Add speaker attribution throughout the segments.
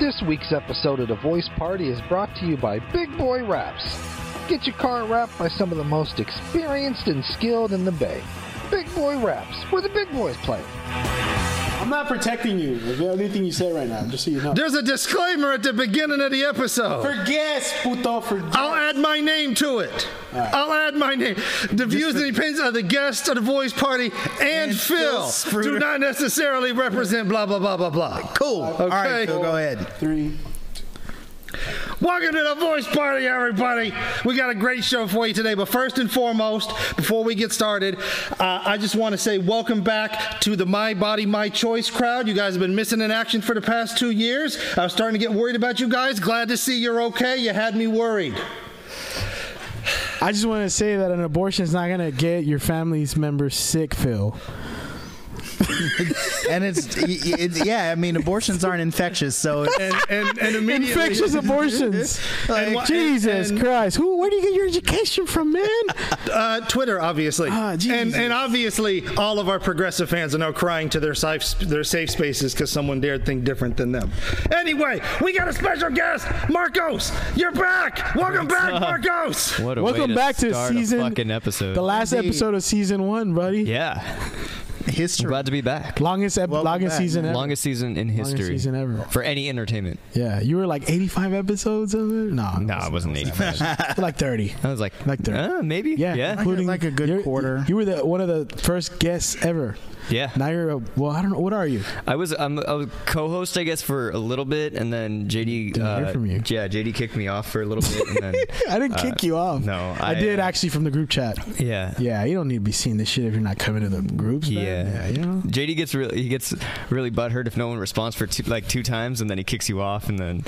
Speaker 1: This episode of The Voice Party is brought to you by Big Boy Wraps. Get your car wrapped by some of the most experienced and skilled in the Bay. Big Boy Wraps, where the big boys play.
Speaker 2: I'm not protecting you. If you have anything you say right now, just so you know.
Speaker 3: There's a disclaimer at the beginning of the episode.
Speaker 2: For gas, puto, for gas.
Speaker 3: I'll add my name to it.
Speaker 2: right.
Speaker 3: I'll add my name. The views and opinions of the guests of the voice party and,
Speaker 4: And Phil
Speaker 3: Phil, do
Speaker 4: Spruder.
Speaker 3: not necessarily represent blah blah blah blah blah.
Speaker 4: Cool. All
Speaker 3: Okay.
Speaker 4: right, Phil, go ahead.
Speaker 2: Three.
Speaker 3: Welcome to the voice party, everybody. We got a great show for you today. But first and foremost, before we get started, uh, I just want to say welcome back to the My Body, My Choice crowd. You guys have been missing in action for the past two years. I was starting to get worried about you guys. Glad to see you're okay. You had me worried.
Speaker 5: I just want to say that an abortion is not going to get your family's members sick, Phil.
Speaker 4: And it's, y- y- it's yeah. I mean, abortions aren't infectious, so it's,
Speaker 3: and, and immediately
Speaker 5: Infectious abortions.
Speaker 3: And wha-
Speaker 5: Jesus
Speaker 3: and-
Speaker 5: Christ. Who? Where do you get your education from, man?
Speaker 3: uh, Twitter, obviously,
Speaker 5: Ah,
Speaker 3: and
Speaker 5: Jesus.
Speaker 3: and obviously all of our progressive fans are now crying to their safe their safe spaces because someone dared think different than them. Anyway, we got a special guest, Marcos. You're back. Welcome back, Marcos.
Speaker 6: What a way
Speaker 5: Welcome back to
Speaker 6: start
Speaker 5: season.
Speaker 6: a fucking episode.
Speaker 5: The last
Speaker 4: Indeed.
Speaker 5: episode of season one, buddy.
Speaker 6: yeah,
Speaker 4: history.
Speaker 6: glad to be back.
Speaker 5: Longest ep-
Speaker 4: Welcome
Speaker 5: longest
Speaker 4: back,
Speaker 5: season
Speaker 4: man.
Speaker 5: ever.
Speaker 6: Longest season in
Speaker 5: Longest
Speaker 6: history
Speaker 5: season ever.
Speaker 6: for any entertainment.
Speaker 5: Yeah, you were like 85 episodes of it. No,
Speaker 6: No, I wasn't 85.
Speaker 5: like 30.
Speaker 6: I was like,
Speaker 5: Like thirty.
Speaker 6: uh, maybe.
Speaker 5: Yeah,
Speaker 6: yeah,
Speaker 5: including
Speaker 4: like a good
Speaker 5: you're-
Speaker 4: quarter.
Speaker 5: You were the one of the first guests ever.
Speaker 6: yeah.
Speaker 5: Now you're a, well. I don't know. What are you?
Speaker 6: I was um, I was co-host, I guess, for a little bit, and then JD.
Speaker 5: Didn't hear
Speaker 6: uh,
Speaker 5: from you.
Speaker 6: Yeah, JD kicked me off for a little bit, and then
Speaker 5: I didn't
Speaker 6: uh,
Speaker 5: kick you off.
Speaker 6: No,
Speaker 5: I,
Speaker 6: I,
Speaker 5: did
Speaker 6: uh,
Speaker 5: actually from the group chat.
Speaker 6: Yeah.
Speaker 5: Yeah, you don't need to be seeing this shit if you're not coming to the groups. man.
Speaker 6: Yeah.
Speaker 5: yeah you know.
Speaker 6: JD gets really he gets really butthurt if no one responds for two, like two times, and then he kicks you off, and then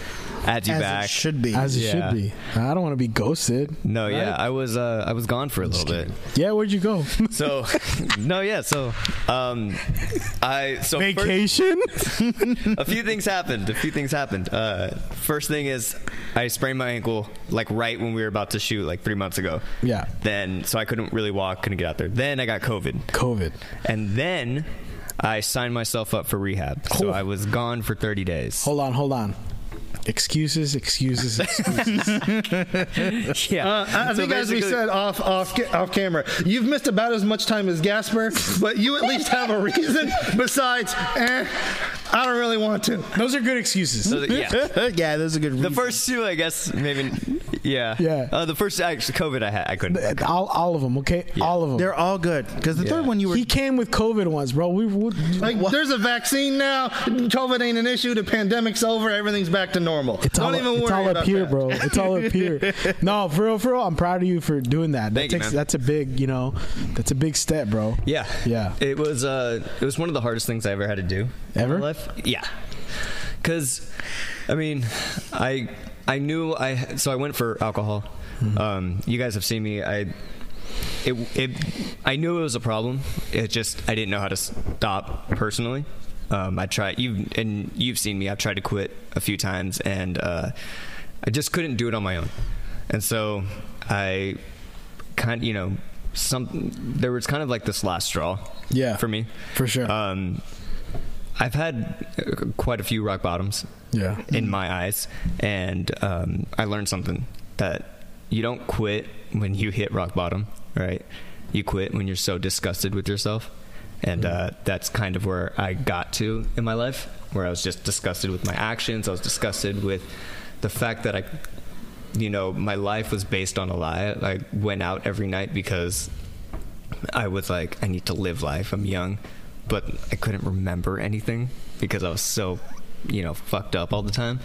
Speaker 6: adds you
Speaker 4: as
Speaker 6: back.
Speaker 4: it should be.
Speaker 5: As it
Speaker 6: Yeah.
Speaker 5: should be. I don't want to be ghosted.
Speaker 6: no, yeah, I was uh, I was gone for a little bit.
Speaker 5: Yeah, where'd you go?
Speaker 6: So, no, yeah. So, um, I so first-
Speaker 5: Vacation?
Speaker 6: a few things happened. A few things happened. Uh, first thing is I sprained my ankle like right when we were about to shoot, like three months ago.
Speaker 5: Yeah.
Speaker 6: Then so I couldn't really walk, couldn't get out there. Then I got COVID,
Speaker 5: COVID.
Speaker 6: and then I signed myself up for rehab. So
Speaker 5: Cool.
Speaker 6: I was gone for 30 days.
Speaker 5: Hold on, hold on. Excuses, excuses, excuses.
Speaker 6: Yeah.
Speaker 3: Uh, I I
Speaker 6: So
Speaker 3: think as we
Speaker 6: basically-
Speaker 3: said off off ca- off camera, you've missed about as much time as Gasper, but you at least have a reason besides. Eh, I don't really want to.
Speaker 5: Those are good excuses.
Speaker 6: So that- yeah.
Speaker 4: yeah, those are good.
Speaker 6: The first two, I guess, maybe. Yeah.
Speaker 5: Yeah.
Speaker 6: Uh, the first actually COVID I had, I couldn't.
Speaker 5: All, all of them, okay? All of them.
Speaker 4: they're all good because the third
Speaker 6: Yeah.
Speaker 4: one you were.
Speaker 5: he came with COVID once, bro. We, we
Speaker 3: Like, there's a vaccine now. COVID ain't an issue. The pandemic's over. Everything's back to normal.
Speaker 5: it's
Speaker 3: don't
Speaker 5: all,
Speaker 3: even worry
Speaker 5: it's all
Speaker 3: about
Speaker 5: up here,
Speaker 3: that.
Speaker 5: bro. It's all up here. No, for real, for real. I'm proud of you for doing that. that
Speaker 6: Thank you, man.
Speaker 5: That's a big, you know, that's a big step, bro.
Speaker 6: Yeah.
Speaker 5: Yeah.
Speaker 6: It was uh it was one of the hardest things I ever had to do. in
Speaker 5: Ever?
Speaker 6: my life. Yeah. Cuz I mean, I I knew I so I went for alcohol.
Speaker 5: Mm-hmm.
Speaker 6: Um you guys have seen me I it, it I knew it was a problem. It just I didn't know how to stop personally. Um I tried you and you've seen me. I've tried to quit a few times and uh I just couldn't do it on my own. And so I kind you know some there was kind of like this last straw
Speaker 5: Yeah.
Speaker 6: for me
Speaker 5: For sure.
Speaker 6: um i've had uh, quite a few rock bottoms
Speaker 5: yeah.
Speaker 6: in my eyes and um i learned something that you don't quit when you hit rock bottom right you quit when you're so disgusted with yourself and uh, that's kind of where I got to in my life, where I was just disgusted with my actions. I was disgusted with the fact that I you know, my life was based on a lie. I went out every night because I was like, I need to live life. I'm young, but I couldn't remember anything because I was so, you know, fucked up all the time.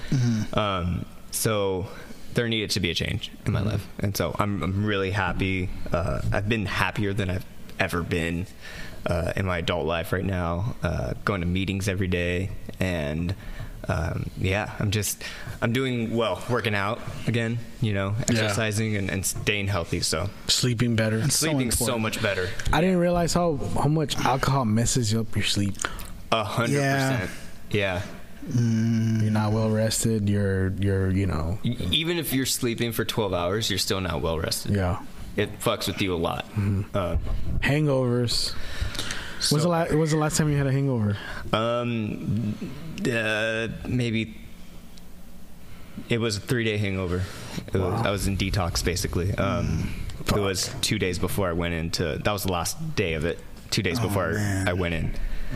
Speaker 6: Um, so there needed to be a change in my life, and so I'm, I'm really happy. Uh, I've been happier than I've ever been uh, in my adult life right now. Uh, going to meetings every day and um, yeah, I'm just I'm doing well, working out again, you know, exercising and, and staying healthy. So
Speaker 5: Sleeping better.
Speaker 6: sleeping so much better,
Speaker 5: I didn't realize how how much alcohol messes you up your sleep.
Speaker 6: a hundred percent. Yeah,
Speaker 5: You're not well rested. You're you're you know
Speaker 6: E- even if you're sleeping for 12 hours, you're still not well rested.
Speaker 5: yeah Mm-hmm.
Speaker 6: It fucks with you a lot. Uh,
Speaker 5: hangovers.
Speaker 6: so-
Speaker 5: When's the last was the last time you had a hangover?
Speaker 6: Um, uh, maybe It was a three day hangover. It was, I was in detox basically. Um, it was two days before I went into. That was the last day of it. Two days
Speaker 5: Oh,
Speaker 6: before I went in.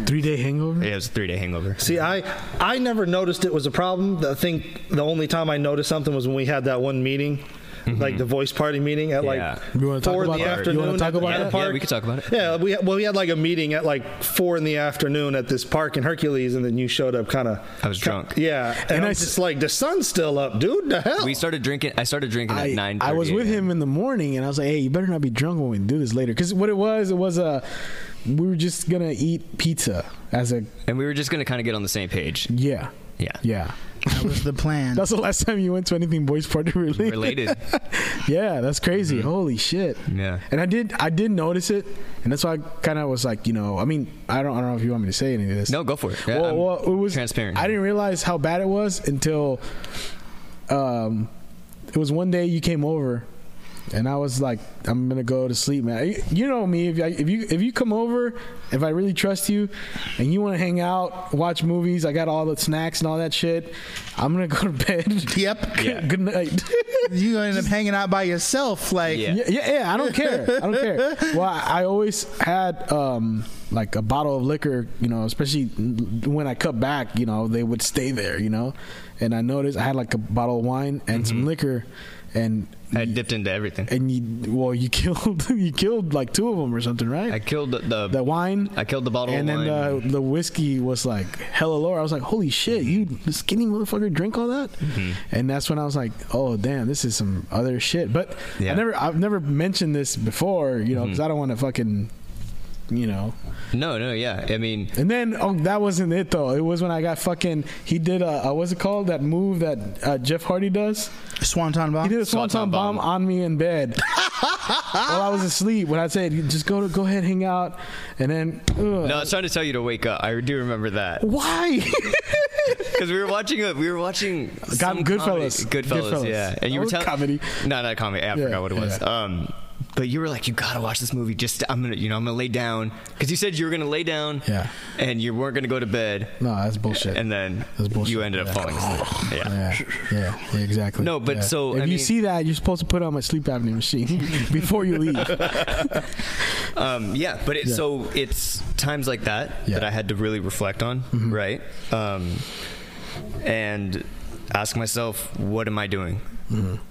Speaker 5: Three day hangover?
Speaker 6: It was a three day hangover.
Speaker 7: See, I I never noticed it was a problem. I think the only time I noticed something was when we had that one meeting. Like the voice party meeting at
Speaker 6: Mm-hmm. Yeah.
Speaker 7: like
Speaker 5: You wanna talk
Speaker 7: four in
Speaker 5: about
Speaker 7: the
Speaker 5: that? You
Speaker 7: afternoon
Speaker 5: wanna talk
Speaker 7: at the-
Speaker 5: about
Speaker 7: at the
Speaker 5: that?
Speaker 6: Yeah,
Speaker 7: park.
Speaker 6: we could talk about it.
Speaker 7: Yeah, we well we had like a meeting at like four in the afternoon at this park in Hercules, and then you showed up kind of.
Speaker 6: I was drunk.
Speaker 7: Yeah, and,
Speaker 5: And
Speaker 7: I'm
Speaker 5: I s-
Speaker 7: just like the sun's still up, dude. The hell.
Speaker 6: We started drinking. I started drinking at
Speaker 5: I,
Speaker 6: nine.
Speaker 5: I was with him in the morning and I was like, hey, you better not be drunk when we do this later. Because what it was, it was Uh, we were just gonna eat pizza as a
Speaker 6: and we were just gonna kind of get on the same page.
Speaker 5: yeah,
Speaker 6: Yeah.
Speaker 5: yeah.
Speaker 4: That was the plan.
Speaker 5: That's the last time you went to anything boys party related.
Speaker 6: Related.
Speaker 5: yeah, that's crazy. Holy shit.
Speaker 6: Mm-hmm. Yeah.
Speaker 5: And I did I did notice it, and that's why I kind of was like, you know, I mean, I don't I don't know if you want me to say any of this.
Speaker 6: No, go for it. Yeah,
Speaker 5: well,
Speaker 6: I'm
Speaker 5: well, it was
Speaker 6: transparent.
Speaker 5: I didn't realize how bad it was until, um, it was one day you came over, and I was like, I'm gonna go to sleep, man. You- You know me. If I, if you if you come over, if I really trust you, and you want to hang out, watch movies, I got all the snacks and all that shit. I'm gonna go to bed.
Speaker 4: Yep.
Speaker 6: Yeah.
Speaker 5: Good night.
Speaker 4: You gonna end up hanging out by yourself, like
Speaker 6: Yeah.
Speaker 5: Yeah, yeah, yeah, I don't care. I don't care. Well, I, I always had um, like a bottle of liquor, you know, especially when I cut back, you know, they would stay there, you know. And I noticed I had like a bottle of wine and
Speaker 6: Mm-hmm.
Speaker 5: some liquor, and
Speaker 6: I dipped into everything.
Speaker 5: and you well, you killed you killed like two of them or something, right?
Speaker 6: I killed the, the,
Speaker 5: the wine.
Speaker 6: I killed the bottle
Speaker 5: and
Speaker 6: of
Speaker 5: then
Speaker 6: wine.
Speaker 5: uh, the whiskey was like hella low. I was like, "Holy shit, you the skinny motherfucker drink all that?"
Speaker 6: Mm-hmm.
Speaker 5: And that's when I was like, "Oh damn, this is some other shit." But
Speaker 6: Yeah. Mm-hmm.
Speaker 5: I never, I've never mentioned this before, you know, because I don't want to fucking, you know.
Speaker 6: no, no, yeah. I mean,
Speaker 5: And then oh, that wasn't it though. It was when I got fucking. He did a, uh what's it called? That move that uh, Jeff Hardy does.
Speaker 4: Swanton
Speaker 5: He
Speaker 4: Bomb.
Speaker 5: did a swanton
Speaker 6: Swanton
Speaker 5: bomb,
Speaker 6: bomb.
Speaker 5: on me in bed while I was asleep. When I said, "Just go to go ahead, hang out," and then ugh,
Speaker 6: no, I was trying to tell you to wake up. I do remember that
Speaker 5: why?
Speaker 6: because we were watching a we were watching some
Speaker 5: Goodfellas.
Speaker 6: comedy- Goodfellas,
Speaker 5: Goodfellas.
Speaker 6: yeah. And you
Speaker 5: Or
Speaker 6: were telling
Speaker 5: comedy.
Speaker 6: No, not comedy. I forgot what it was. Um, but you were like, you gotta watch this movie. Just I'm gonna, you know, I'm gonna lay down because you said you were gonna lay down.
Speaker 5: Yeah.
Speaker 6: And you weren't gonna go to bed,
Speaker 5: No, that's bullshit.
Speaker 6: and then
Speaker 5: That's bullshit.
Speaker 6: you ended up
Speaker 5: Yeah.
Speaker 6: falling asleep. Yeah.
Speaker 5: Yeah, yeah, yeah, exactly.
Speaker 6: No, but
Speaker 5: Yeah.
Speaker 6: so,
Speaker 5: if
Speaker 6: I
Speaker 5: you
Speaker 6: mean-
Speaker 5: see that, you're supposed to put it on my sleep apnea machine before you leave.
Speaker 6: Um, yeah, but it, so it's times like that
Speaker 5: Yeah.
Speaker 6: that I had to really reflect on, right? Um, and ask myself, what am I doing?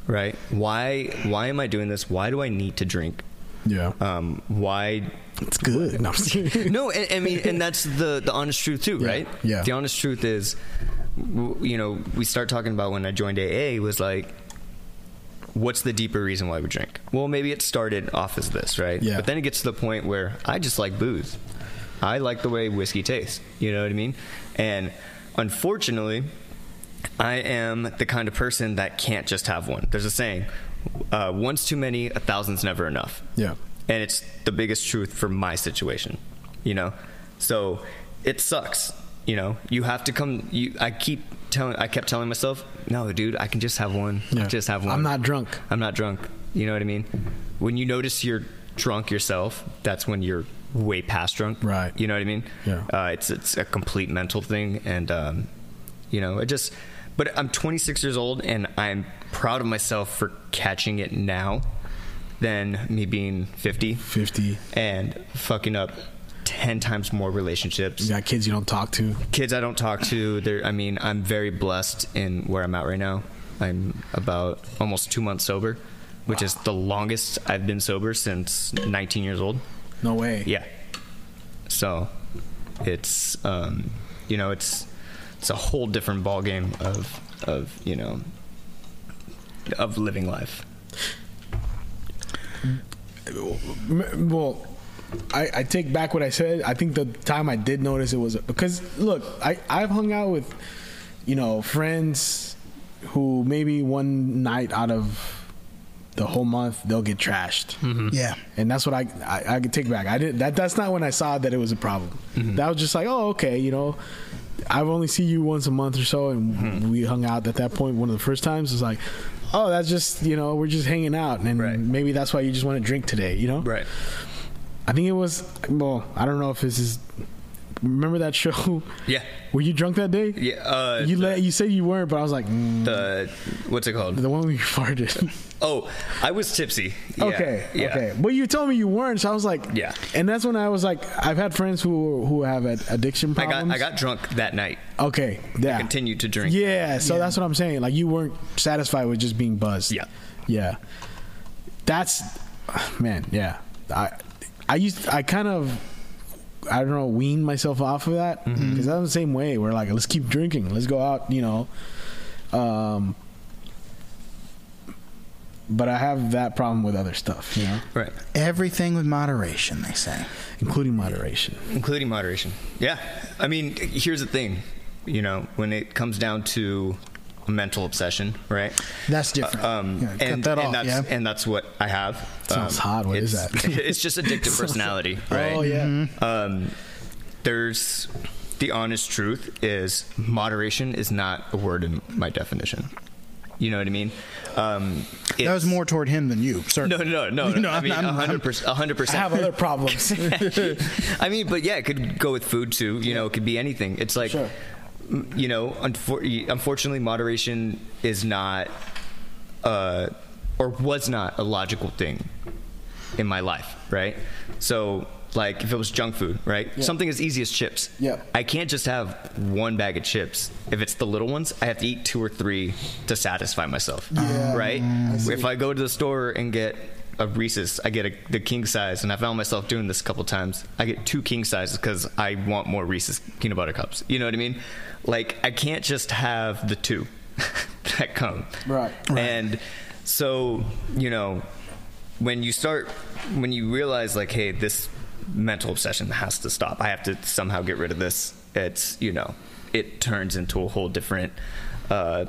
Speaker 6: Right? Why? Why am I doing this? Why do I need to drink?
Speaker 5: yeah,
Speaker 6: Um, why?
Speaker 5: it's good. No, I'm just kidding.
Speaker 6: No, I, I mean, and that's the the honest truth too, right?
Speaker 5: yeah.
Speaker 6: The honest truth is, w- you know, we start talking about when I joined AA was like. What's the deeper reason why we drink? Well, maybe it started off as this, right?
Speaker 5: Yeah.
Speaker 6: But then it gets to the point where I just like booze. I like the way whiskey tastes. You know what I mean? And unfortunately, I am the kind of person that can't just have one. There's a saying: uh, "Once too many, a thousand's never enough."
Speaker 5: Yeah.
Speaker 6: And it's the biggest truth for my situation. You know, so it sucks. You know, you have to come. You, I keep telling. I kept telling myself, "No, dude, I can just have one. I
Speaker 5: Yeah.
Speaker 6: just have one.
Speaker 5: I'm not drunk.
Speaker 6: I'm not drunk. You know what I mean? When you notice you're drunk yourself, that's when you're way past drunk.
Speaker 5: Right.
Speaker 6: You know what I mean?
Speaker 5: Yeah.
Speaker 6: Uh, it's it's a complete mental thing, and um, you know, it just. But I'm 26 years old, and I'm proud of myself for catching it now, than me being 50,
Speaker 5: 50.
Speaker 6: and fucking up 10 times more relationships
Speaker 5: You got kids you don't talk to.
Speaker 6: kids I don't talk to. They're, I mean, I'm very blessed in where I'm at right now. I'm about almost two months sober, which is the longest I've been sober since 19 years old.
Speaker 5: No way.
Speaker 6: Yeah. So, it's um, you know, it's it's a whole different ballgame of of you know of living life.
Speaker 5: M- Well, I, I take back what I said. I think the time I did notice it was because look, I I've hung out with, you know, friends who maybe one night out of the whole month they'll get trashed.
Speaker 6: Mm-hmm.
Speaker 4: Yeah.
Speaker 5: and that's what I I, I could take back. I did that. That's not when I saw that it was a problem.
Speaker 6: Mm-hmm.
Speaker 5: That was just like, oh, okay, you know, I've only see you once a month or so, and
Speaker 6: Mm-hmm.
Speaker 5: we hung out at that point. One of the first times was like, oh, that's just you know, we're just hanging out, and
Speaker 6: Right.
Speaker 5: maybe that's why you just want to drink today, you know? I think it was well, I don't know if this is remember that show?
Speaker 6: Yeah.
Speaker 5: Were you drunk that day?
Speaker 6: Yeah. Uh,
Speaker 5: You let you said you weren't, but I was like, mm,
Speaker 6: the what's it called?
Speaker 5: the one where you farted.
Speaker 6: Oh, I was tipsy. Yeah,
Speaker 5: okay.
Speaker 6: Yeah.
Speaker 5: Okay. But you told me you weren't, so I was like,
Speaker 6: Yeah.
Speaker 5: And that's when I was like, I've had friends who who have ad- addiction
Speaker 6: I got
Speaker 5: problems.
Speaker 6: I got drunk that night.
Speaker 5: Okay. Yeah.
Speaker 6: Continued to drink.
Speaker 5: Yeah, so that's what I'm saying. Like you weren't satisfied with just being buzzed.
Speaker 6: Yeah.
Speaker 5: Yeah. That's man, yeah. I I used I kind of I don't know, weaned myself off of that because
Speaker 6: Mm-hmm.
Speaker 5: I'm the same way. We're like, let's keep drinking. Let's go out, you know. Um but I have that problem with other stuff, you know,
Speaker 6: Right.
Speaker 4: Everything with moderation, they say.
Speaker 5: including moderation.
Speaker 6: including moderation. Yeah, I mean, here's the thing, you know, when it comes down to a mental obsession, right?
Speaker 4: That's different.
Speaker 6: Um,
Speaker 4: Yeah, cut
Speaker 6: and,
Speaker 4: that
Speaker 6: and
Speaker 4: off,
Speaker 6: that's
Speaker 4: yeah.
Speaker 6: and that's what I have. Um,
Speaker 5: Sounds hard. What is
Speaker 6: it's-
Speaker 5: that?
Speaker 6: it's just addictive personality, right?
Speaker 5: Oh yeah.
Speaker 6: Um, there's the honest truth is moderation is not a word in my definition. You know what I mean? Um,
Speaker 4: That was
Speaker 6: it's-
Speaker 4: more toward him than you, sir.
Speaker 6: No, no, no, no. I
Speaker 4: I'm-
Speaker 6: mean,
Speaker 4: I'm-
Speaker 6: hundred percent. hundred
Speaker 5: I
Speaker 6: percent.
Speaker 5: have other problems.
Speaker 6: I mean, but yeah, it could go with food too. You know, it could be anything. It's like,
Speaker 2: Sure.
Speaker 6: m- you know, unfor- unfortunately, moderation is not, uh, or was not a logical thing in my life, right? So, like, if it was junk food, right? Something as easy as chips.
Speaker 2: Yeah.
Speaker 6: I can't just have one bag of chips. If it's the little ones, I have to eat two or three to satisfy myself,
Speaker 2: Yeah.
Speaker 6: right? if I go to the store and get a Reese's, I get a, the king size, and I found myself doing this a couple times. I get two king sizes because I want more Reese's peanut butter cups. You know what I mean? Like I can't just have the two that come.
Speaker 2: Right.
Speaker 6: And so you know, when you start, when you realize like, hey, this mental obsession has to stop. I have to somehow get rid of this. It's you know, it turns into a whole different. Uh,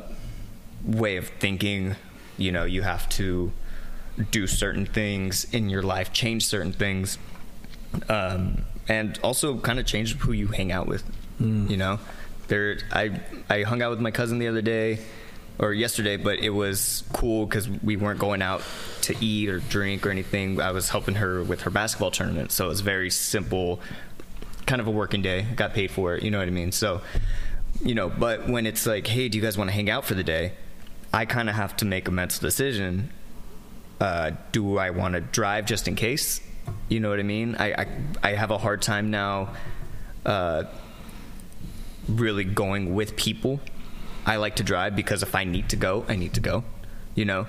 Speaker 6: way of thinking. You know, you have to do certain things in your life, change certain things, um, and also kind of change who you hang out with. You know, there. I I hung out with my cousin the other day or yesterday, but it was cool because we weren't going out to eat or drink or anything. I was helping her with her basketball tournament, so it was very simple kind of a working day. I got paid for it. You know what I mean? So, you know, but when it's like, hey, do you guys want to hang out for the day? I kind of have to make a mental decision. Uh, do I want to drive just in case? You know what I mean? I, I, I have a hard time now uh, really going with people. I like to drive because if I need to go, I need to go. You know?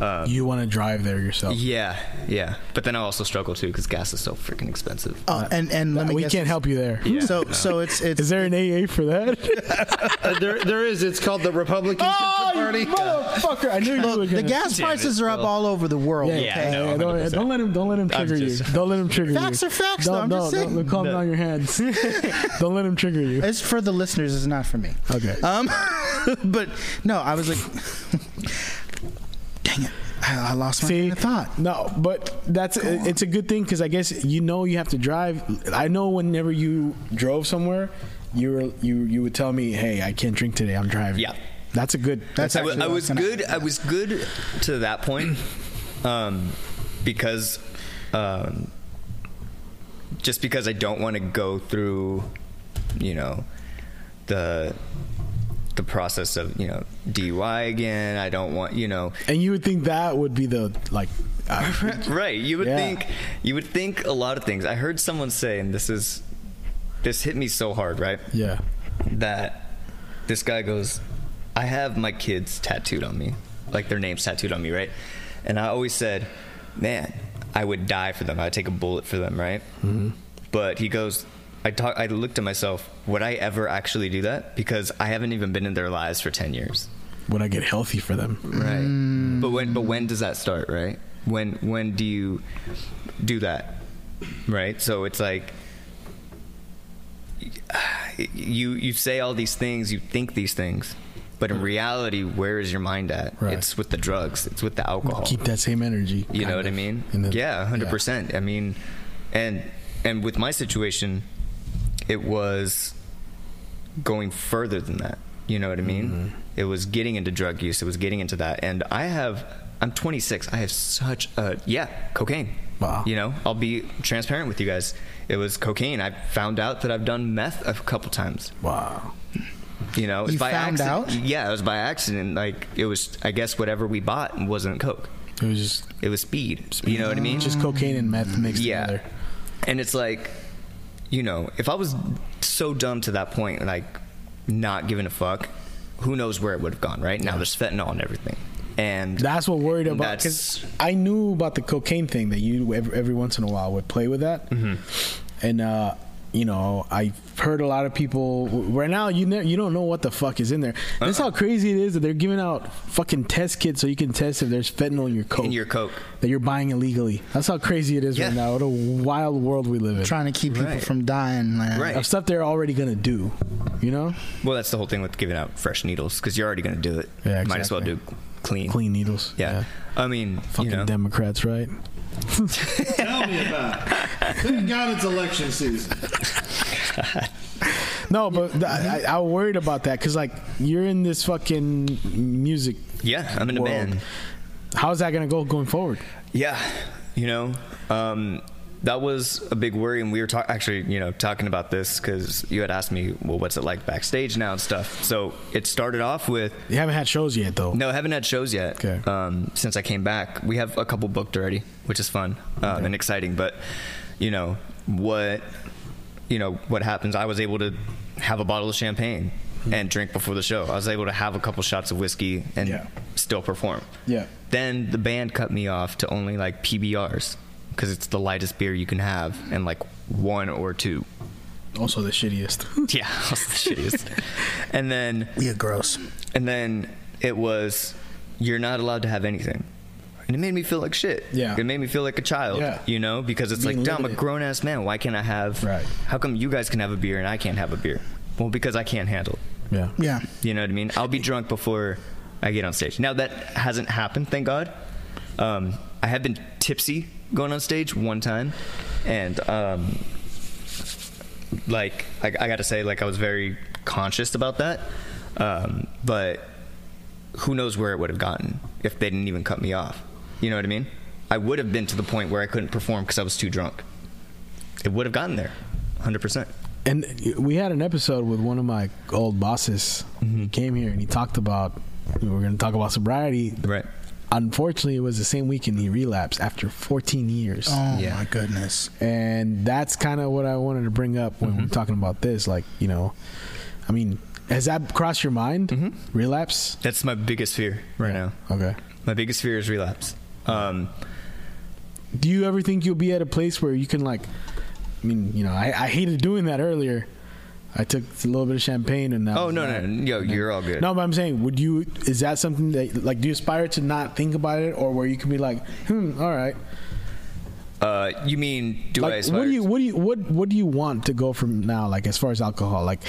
Speaker 6: Uh,
Speaker 5: you want to drive there yourself.
Speaker 6: yeah, yeah. But then I also struggle too because gas is so freaking expensive.
Speaker 4: Oh, and and let me
Speaker 5: we
Speaker 4: guess-
Speaker 5: can't help you there. Is
Speaker 4: So so it's it's
Speaker 5: there an AA for that?
Speaker 7: Uh, there, there is. It's called the Republican
Speaker 3: Oh,
Speaker 7: Party.
Speaker 5: motherfucker! I knew you were
Speaker 4: look the
Speaker 5: gonna.
Speaker 4: gas
Speaker 6: Damn it,
Speaker 4: prices are up
Speaker 6: Bill.
Speaker 4: all over the world.
Speaker 5: Yeah,
Speaker 4: okay?
Speaker 5: yeah,
Speaker 6: no,
Speaker 5: yeah, don't,
Speaker 6: 100%.
Speaker 5: don't let him. Don't let him
Speaker 6: I'm
Speaker 5: trigger you.
Speaker 6: just-
Speaker 5: Don't let him trigger you.
Speaker 4: Facts are facts, though.
Speaker 5: Don't,
Speaker 4: I'm
Speaker 5: don't,
Speaker 4: just saying.
Speaker 5: Don't, calm down your hands. don't let him trigger you.
Speaker 4: It's for the listeners. It's not for me.
Speaker 5: Okay.
Speaker 4: Um, but no, I was like, dang it, I, I lost my
Speaker 5: See,
Speaker 4: train of thought.
Speaker 5: No, but that's it's a good thing because I guess you know you have to drive. I know whenever you drove somewhere, you were you you would tell me, "Hey, I can't drink today. I'm driving."
Speaker 6: Yeah.
Speaker 5: that's a good. That's
Speaker 6: I wa-
Speaker 4: actually
Speaker 6: I
Speaker 4: what I
Speaker 6: was
Speaker 4: was gonna-
Speaker 6: good. I was good to that point, um, because um, just because I don't want to go through, you know, the the process of you know DUI again. I don't want you know
Speaker 5: and you would think that would be the like. uh,
Speaker 6: right you would
Speaker 5: Yeah.
Speaker 6: think you would think a lot of things i heard someone say and this is this hit me so hard right
Speaker 5: yeah.
Speaker 6: that this guy goes, I have my kids tattooed on me, like their names tattooed on me, right? And I always said, man, I would die for them. I'd take a bullet for them, right? But he goes, I talk, I looked at myself, would I ever actually do that? Because I haven't even been in their lives for 10 years.
Speaker 5: Would I get healthy for them?
Speaker 6: Right. But when but when does that start, right? When when do you do that? Right? So it's like you you say all these things, you think these things, but in reality, where is your mind at?
Speaker 5: Right.
Speaker 6: It's with the drugs, it's with the alcohol.
Speaker 5: Keep that same energy.
Speaker 6: You know
Speaker 5: kind
Speaker 6: what I
Speaker 5: of,
Speaker 6: mean?
Speaker 5: and then-
Speaker 6: yeah, hundred percent. I mean, and and with my situation, it was going further than that. You know what I mean? It was getting into drug use. It was getting into that. And I have, I'm 26. I have such a yeah, cocaine.
Speaker 5: Wow.
Speaker 6: You know, I'll be transparent with you guys. It was cocaine. I found out that I've done meth a couple times.
Speaker 5: Wow.
Speaker 6: You know,
Speaker 4: You found
Speaker 6: accident.
Speaker 4: out?
Speaker 6: Yeah, it was by accident. Like it was, I guess whatever we bought wasn't coke.
Speaker 5: It was just
Speaker 6: It was speed. You know what I mean?
Speaker 5: just cocaine and meth mixed
Speaker 6: yeah.
Speaker 5: together.
Speaker 6: And it's like, you know, if I was so dumb to that point, like not giving a fuck, who knows where it would have gone? Right now, there's fentanyl and everything, and
Speaker 5: That's what worried about
Speaker 6: That's-
Speaker 5: because I knew about the cocaine thing that you every, every once in a while would play with that,
Speaker 6: Mm-hmm.
Speaker 5: and uh, you know I've heard a lot of people right now you ne- you don't know what the fuck is in there. That's
Speaker 6: Uh-huh.
Speaker 5: how crazy it is that they're giving out fucking test kits so you can test if there's fentanyl in your coke
Speaker 6: in your coke.
Speaker 5: that you're buying illegally. That's how crazy it is right
Speaker 6: Yeah.
Speaker 5: now. What a wild world we live in.
Speaker 4: trying to keep people
Speaker 6: Right.
Speaker 4: from dying. Like,
Speaker 6: Right.
Speaker 5: of stuff they're already gonna do, you know,
Speaker 6: Well, that's the whole thing with giving out fresh needles because you're already going to do it.
Speaker 5: Yeah,
Speaker 6: Might as well do
Speaker 5: exactly.
Speaker 6: clean.
Speaker 5: clean needles.
Speaker 6: Yeah. I mean,
Speaker 5: fucking
Speaker 6: you know,
Speaker 5: Democrats, right?
Speaker 2: Tell me about it. Thank God it's election season.
Speaker 5: No, but th- I, I I'm worried about that because like you're in this fucking music.
Speaker 6: yeah, I'm in a
Speaker 5: world.
Speaker 6: band.
Speaker 5: How's that gonna go going forward?
Speaker 6: Yeah, you know, um, that was a big worry, and we were talk- actually, you know, talking about this because you had asked me, well, what's it like backstage now and stuff. So it started off with
Speaker 5: You haven't had shows yet though.
Speaker 6: no, I haven't had shows yet.
Speaker 5: Okay.
Speaker 6: Um, since I came back, we have a couple booked already, which is fun um, and exciting. But you know what, you know what happens. I was able to have a bottle of champagne
Speaker 5: Hmm.
Speaker 6: and drink before the show. I was able to have a couple shots of whiskey and
Speaker 5: Yeah.
Speaker 6: still perform.
Speaker 5: Yeah.
Speaker 6: Then the band cut me off to only like PBRs because it's the lightest beer you can have and like one or two.
Speaker 5: Also the shittiest.
Speaker 6: Yeah, that's the shittiest. and then
Speaker 4: Yeah, gross.
Speaker 6: and then it was you're not allowed to have anything and it made me feel like shit
Speaker 5: Yeah.
Speaker 6: it made me feel like a child
Speaker 5: Yeah.
Speaker 6: you know because it's
Speaker 5: Being
Speaker 6: like damn i'm a
Speaker 5: limited.
Speaker 6: grown-ass man why can't i have
Speaker 5: Right.
Speaker 6: how come you guys can have a beer and i can't have a beer well because i can't handle it.
Speaker 5: yeah.
Speaker 4: Yeah.
Speaker 6: you know what i mean i'll be drunk before i get on stage now that hasn't happened thank god um, i have been tipsy going on stage one time and um, like I, I gotta say like i was very conscious about that um, but who knows where it would have gotten if they didn't even cut me off you know what i mean i would have been to the point where i couldn't perform because i was too drunk it would have gotten there 100%
Speaker 5: And we had an episode with one of my old bosses.
Speaker 6: Mm-hmm.
Speaker 5: He came here and he talked about we were gonna talk about sobriety.
Speaker 6: right
Speaker 5: Unfortunately, it was the same weekend he relapsed after 14 years.
Speaker 4: Oh
Speaker 6: Yeah.
Speaker 4: my goodness.
Speaker 5: and that's kind of what I wanted to bring up when
Speaker 6: Mm-hmm.
Speaker 5: we're talking about this. Like, you know, I mean, has that crossed your mind? Relapse?
Speaker 6: that's my biggest fear Mm-hmm. right now
Speaker 5: Okay.
Speaker 6: my biggest fear is relapse um,
Speaker 5: Do you ever think you'll be at a place where you can like? I mean, you know, I, I hated doing that earlier. I took a little bit of champagne and now.
Speaker 6: oh no no, no yo you're all good
Speaker 5: No, but I'm saying, would you? Is that something that like? Do you aspire to not think about it, or where you can be like, hmm, all right.
Speaker 6: uh, you mean do i
Speaker 5: Like,
Speaker 6: aspire
Speaker 5: what do you
Speaker 6: to-
Speaker 5: what do you what what do you want to go from now? Like, as far as alcohol, like,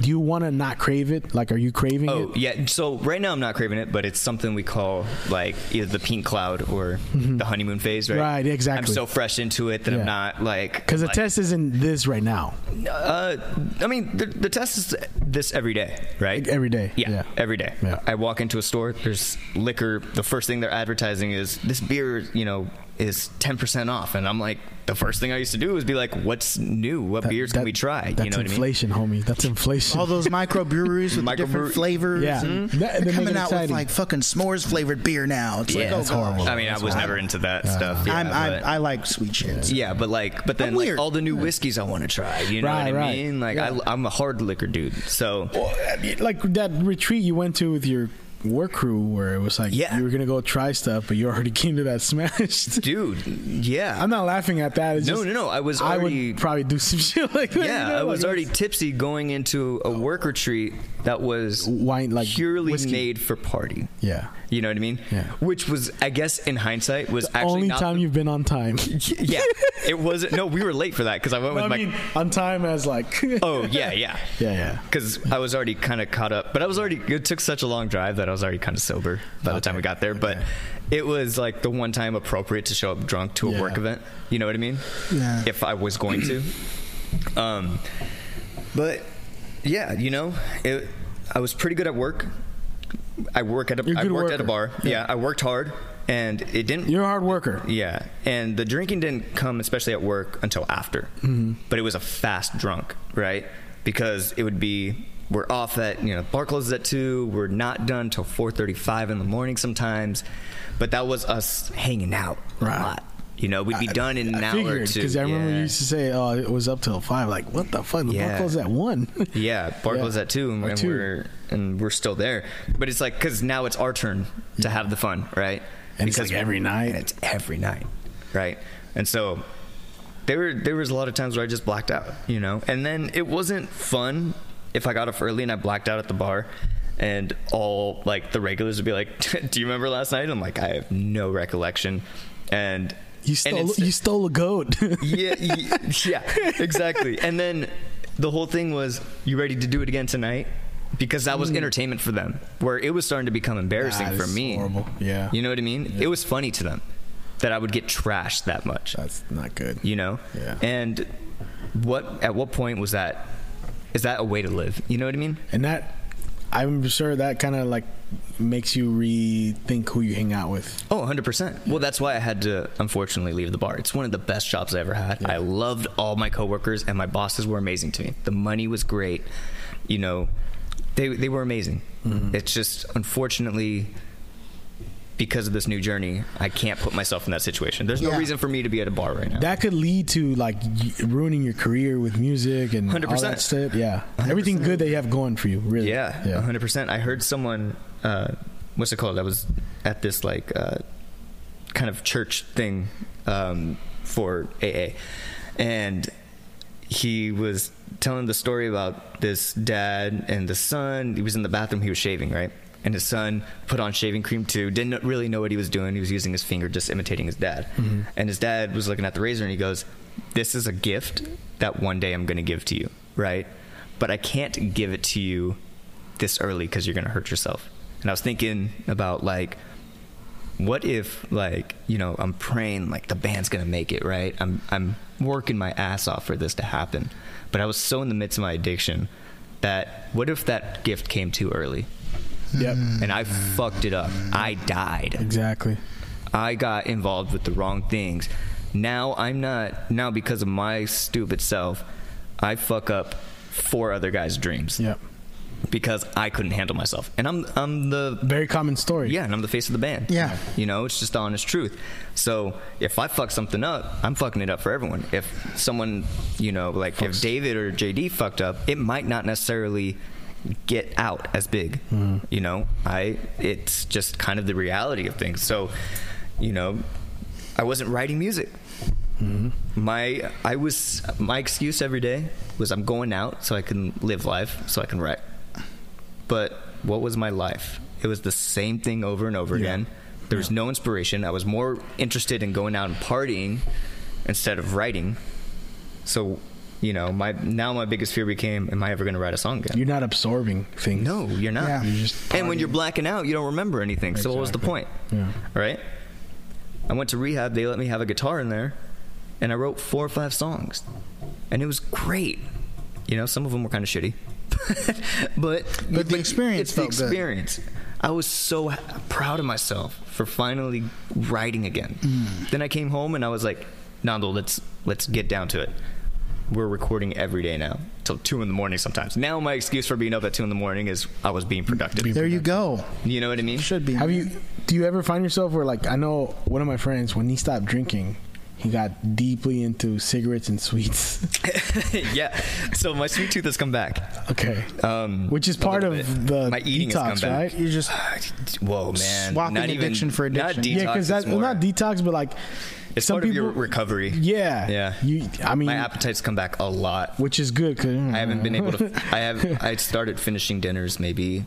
Speaker 5: do you want to not crave it? Like, are you craving it?
Speaker 6: Oh yeah. So right now I'm not craving it, but it's something we call like either the pink cloud or the honeymoon phase, right?
Speaker 5: Mm-hmm. Right, exactly.
Speaker 6: I'm so fresh into it that
Speaker 5: Yeah.
Speaker 6: I'm not like
Speaker 5: Because the
Speaker 6: like,
Speaker 5: test isn't this right now.
Speaker 6: Uh, I mean, the, the test is this every day, right?
Speaker 5: Every day,
Speaker 6: Yeah,
Speaker 5: yeah.
Speaker 6: every day.
Speaker 5: Yeah.
Speaker 6: I walk into a store. There's liquor. The first thing they're advertising is this beer. You know, is ten percent off, and I'm like, the first thing I used to do was be like, what's new? What beers can we try?
Speaker 5: That's
Speaker 6: you know what I mean?
Speaker 5: inflation, homie. That's inflation.
Speaker 4: All those microbreweries with the different
Speaker 6: Microbrew-
Speaker 4: flavors.
Speaker 5: yeah,
Speaker 4: and-
Speaker 5: That- they
Speaker 4: They're
Speaker 5: make it
Speaker 4: coming out with
Speaker 5: exciting.
Speaker 4: like fucking s'mores flavored beer now. It's like,
Speaker 6: Yeah,
Speaker 4: oh,
Speaker 6: that's
Speaker 4: horrible.
Speaker 6: I mean, I was never into that stuff. Yeah,
Speaker 4: I'm,
Speaker 6: but-
Speaker 4: I'm, I like sweet shit.
Speaker 6: Yeah, but like, but then
Speaker 4: I'm
Speaker 6: like
Speaker 4: weird.
Speaker 6: all the new whiskeys I want to try. You know
Speaker 5: Right,
Speaker 6: what I
Speaker 5: right.
Speaker 6: mean? Like, I, I'm a hard liquor dude. So
Speaker 5: Well, I mean, like that retreat you went to with your work crew, where it was like
Speaker 6: Yeah.
Speaker 5: you were gonna go try stuff, but you already came to that smashed.
Speaker 6: dude, yeah.
Speaker 5: I'm not laughing at that. It's
Speaker 6: No,
Speaker 5: just,
Speaker 6: no, no, I was
Speaker 5: I
Speaker 6: already-
Speaker 5: would probably do some shit like that.
Speaker 6: yeah,
Speaker 5: you know,
Speaker 6: I was
Speaker 5: like,
Speaker 6: already tipsy going into a work retreat that was
Speaker 5: Wine- like
Speaker 6: purely
Speaker 5: whiskey.
Speaker 6: made for party.
Speaker 5: Yeah.
Speaker 6: You know what I mean?
Speaker 5: Yeah.
Speaker 6: Which was, I guess, in hindsight, was actually
Speaker 5: Only
Speaker 6: not
Speaker 5: time you've been on time.
Speaker 6: yeah, it wasn't. No, we were late for that because I went with
Speaker 5: I
Speaker 6: my.
Speaker 5: mean, on time as like.
Speaker 6: oh yeah, yeah.
Speaker 5: Yeah, yeah.
Speaker 6: Because I was already kind of caught up, but I was already. It took such a long drive that I was already kind of sober by the time we got there. But it was like the one time appropriate to show up drunk to a
Speaker 5: Yeah.
Speaker 6: work event. You know what I mean?
Speaker 4: Yeah.
Speaker 6: If I was going to. Um, but yeah, you know, it, I was pretty good at work. I work at a,
Speaker 5: You're a
Speaker 6: I
Speaker 5: good
Speaker 6: worked at a
Speaker 5: worker.
Speaker 6: bar. Yeah. I worked hard and it didn't.
Speaker 5: You're a hard worker.
Speaker 6: Yeah, and the drinking didn't come, especially at work, until after.
Speaker 5: Mm-hmm.
Speaker 6: But it was a fast drunk, right? Because it would be we're off at you know bar closes at two. We're not done till four thirty-five in the morning sometimes. But that was us hanging out a lot. You know, we'd be done in an hour or
Speaker 5: Figured
Speaker 6: two.
Speaker 5: because I remember
Speaker 6: yeah.
Speaker 5: you used to say, "Oh, it was up till five. Like, what the fuck? The
Speaker 6: Yeah.
Speaker 5: bar closed at one.
Speaker 6: Yeah, bar
Speaker 5: Yeah.
Speaker 6: closes at two, and,
Speaker 5: At
Speaker 6: and
Speaker 5: two.
Speaker 6: we're and we're still there. But it's like because now it's our turn to have the fun, right?
Speaker 5: And it's like every night.
Speaker 6: and it's every night, right? And so there were there was a lot of times where I just blacked out, you know. And then it wasn't fun if I got off early and I blacked out at the bar. And all like the regulars would be like, "Do you remember last night?" I'm like, "I have no recollection." And
Speaker 5: you
Speaker 6: and
Speaker 5: stole.
Speaker 6: it's-
Speaker 5: You stole a goat.
Speaker 6: yeah, y- yeah, exactly. And then the whole thing was, you ready to do it again tonight? Because that was entertainment for them, where it was starting to become embarrassing
Speaker 5: Ah,
Speaker 6: for
Speaker 5: this Mm. is
Speaker 6: me.
Speaker 5: horrible. Yeah.
Speaker 6: you know what I mean. It was funny to them that I would get trashed that much.
Speaker 5: That's not good.
Speaker 6: You know.
Speaker 5: Yeah.
Speaker 6: And what at what point was that? Is that a way to live? You know what I mean?
Speaker 5: And that, I'm sure that kind of like makes you rethink who you hang out with.
Speaker 6: Oh, 100%. Well, that's why I had to unfortunately leave the bar. It's one of the best jobs I ever had. I loved all my coworkers and my bosses were amazing to me. The money was great. You know, they they were amazing.
Speaker 5: Mm-hmm.
Speaker 6: It's just unfortunately because of this new journey, I can't put myself in that situation. There's no
Speaker 4: Yeah.
Speaker 6: reason for me to be at a bar right now.
Speaker 5: That could lead to like y- ruining your career with music and all
Speaker 6: 100%.
Speaker 5: that stuff. Yeah, everything good that you have going for you, really.
Speaker 6: Yeah,
Speaker 5: yeah.
Speaker 6: 100%. I heard someone, uh, what's it called? I was at this like uh, kind of church thing um, for AA. And he was telling the story about this dad and the son. He was in the bathroom, he was shaving, right? And his son put on shaving cream too, didn't really know what he was doing. He was using his finger, just imitating his dad. And his dad was looking at the razor and he goes, This is a gift that one day I'm going to give to you, right? But I can't give it to you this early because you're going to hurt yourself. And I was thinking about like, what if like you know i'm praying like the band's gonna make it right i'm i'm working my ass off for this to happen but i was so in the midst of my addiction that what if that gift came too early
Speaker 5: Yep.
Speaker 6: and i fucked it up i died
Speaker 5: Exactly.
Speaker 6: I got involved with the wrong things. Now I'm not now because of my stupid self, I fuck up four other guys' dreams.
Speaker 5: Yep.
Speaker 6: Because I couldn't handle myself. And I'm I'm the
Speaker 5: Very common story.
Speaker 6: yeah, and I'm the face of the band.
Speaker 4: Yeah.
Speaker 6: You know, it's just the honest truth. So if I fuck something up, I'm fucking it up for everyone. If someone, you know, like if David or JD fucked up, it might not necessarily get out as big. You know, I it's just kind of the reality of things. So, you know, I wasn't writing music. My I was my excuse every day was I'm going out so I can live life so I can write. But what was my life? It was the same thing over and over again. There was no inspiration. I was more interested in going out and partying instead of writing. So, you know, my now my biggest fear became, am I ever going to write a song again?
Speaker 5: You're not absorbing things.
Speaker 6: no, you're not.
Speaker 4: Yeah. You're
Speaker 5: just
Speaker 6: and when you're blacking out, you don't remember anything. So what was the point?
Speaker 5: Yeah.
Speaker 6: Right? I went to rehab. They let me have a guitar in there, and I wrote four or five songs, and it was great. You know, some of them were kind of shitty, but
Speaker 4: But the experience
Speaker 6: It's the
Speaker 4: felt good.
Speaker 6: experience. I was so h- proud of myself for finally writing again.
Speaker 5: Mm.
Speaker 6: Then I came home and I was like, Nando, let's let's get down to it. We're recording every day now till two in the morning sometimes. Now my excuse for being up at two in the morning is I was being productive.
Speaker 4: There you go.
Speaker 6: You know what I mean?
Speaker 4: Should be.
Speaker 5: Have you? Do you ever find yourself where like I know one of my friends when he stopped drinking, he got deeply into cigarettes and sweets.
Speaker 6: yeah. So my sweet tooth has come back.
Speaker 5: okay.
Speaker 6: Um,
Speaker 5: Which is
Speaker 6: a
Speaker 5: part
Speaker 6: little
Speaker 5: of the
Speaker 6: my eating has
Speaker 5: detox,
Speaker 6: come back.
Speaker 5: right?
Speaker 4: You just
Speaker 6: Whoa, man!
Speaker 4: Swapping
Speaker 6: not even-
Speaker 4: addiction for addiction.
Speaker 6: Not detox,
Speaker 5: yeah, because that's
Speaker 6: it's more,
Speaker 5: not detox, but like
Speaker 6: It's
Speaker 5: some
Speaker 6: part
Speaker 5: people.
Speaker 6: of your recovery.
Speaker 5: yeah.
Speaker 6: yeah.
Speaker 5: You. I mean,
Speaker 6: my appetite's come back a lot.
Speaker 5: which is good. 'cause,
Speaker 6: I haven't been able to. I have. I started finishing dinners maybe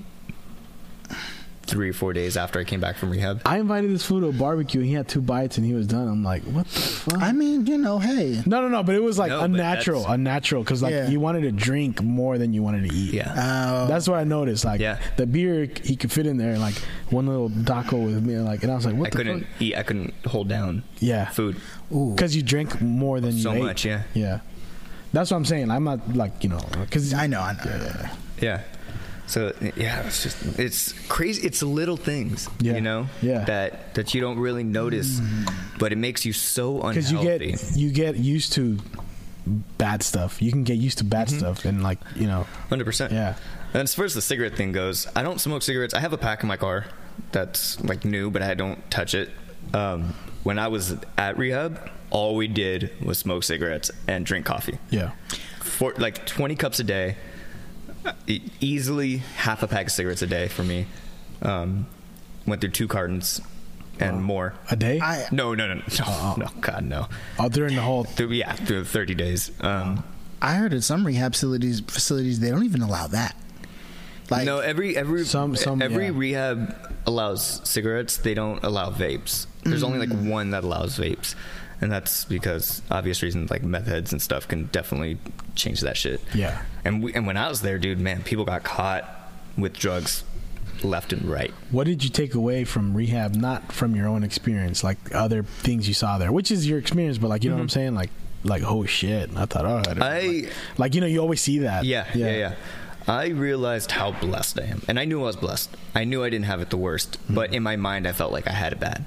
Speaker 6: three or four days after I came back from rehab.
Speaker 5: I invited this fool to a barbecue. and He had two bites and he was done. I'm like, what the fuck?
Speaker 4: I mean, you know, hey.
Speaker 5: no, no, no. But it was like
Speaker 6: No, but
Speaker 5: unnatural,
Speaker 6: that's-
Speaker 5: unnatural. Because like
Speaker 4: Yeah.
Speaker 5: you wanted to drink more than you wanted to eat.
Speaker 6: Yeah.
Speaker 4: Uh,
Speaker 5: That's what I noticed. Like
Speaker 6: Yeah.
Speaker 5: the beer, he could fit in there, like one little daco with me. Like, and I was like,
Speaker 6: I
Speaker 5: "What the
Speaker 6: couldn't
Speaker 5: fuck?"
Speaker 6: eat. I couldn't hold down.
Speaker 5: Yeah.
Speaker 6: Food.
Speaker 4: ooh.
Speaker 5: Because you drink more than
Speaker 6: So
Speaker 5: you ate.
Speaker 6: much, yeah.
Speaker 5: Yeah, that's what I'm saying. I'm not like you know, because
Speaker 4: I know. I know.
Speaker 6: Yeah. So yeah, it's just it's crazy. It's little things,
Speaker 5: Yeah.
Speaker 6: you know,
Speaker 5: Yeah. Mm-hmm.
Speaker 6: that that you don't really notice, but it makes you so
Speaker 5: because you
Speaker 6: unhealthy.
Speaker 5: get you get used to bad stuff. You can get used to
Speaker 6: Mm-hmm.
Speaker 5: bad stuff, and like you know,
Speaker 6: Hundred percent.
Speaker 5: Yeah.
Speaker 6: And as far as the cigarette thing goes, I don't smoke cigarettes. I have a pack in my car that's like new, but I don't touch it. Um, when I was at rehab, all we did was smoke cigarettes and drink coffee.
Speaker 5: yeah,
Speaker 6: For like twenty cups a day, e- easily half a pack of cigarettes a day for me. Um, went through two cartons and more.
Speaker 5: a day.
Speaker 6: No, no, no, no,
Speaker 5: Uh-uh.
Speaker 6: no, God, no.
Speaker 5: oh, during the whole
Speaker 6: Through, yeah, through 30 days. Um,
Speaker 4: I heard at some rehab facilities, facilities they don't even allow that. Like,
Speaker 6: no, every every
Speaker 5: Some- some,
Speaker 6: every
Speaker 5: yeah.
Speaker 6: rehab allows cigarettes. They don't allow vapes. There's only
Speaker 5: Mm.
Speaker 6: like one that allows vapes, and that's because obvious reasons like meth heads and stuff can definitely change that shit.
Speaker 5: Yeah.
Speaker 6: And we, and when I was there, dude, man, people got caught with drugs left and right.
Speaker 5: What did you take away from rehab? Not from your own experience, like other things you saw there, which is your experience, but like you know what I'm saying, like like oh shit, I thought all right,
Speaker 6: I-
Speaker 5: like, like, you know you always see that,
Speaker 6: Yeah, yeah, yeah. I realized how blessed I am, and I knew I was blessed. I knew I didn't have it the worst, but in my mind, I felt like I had it bad.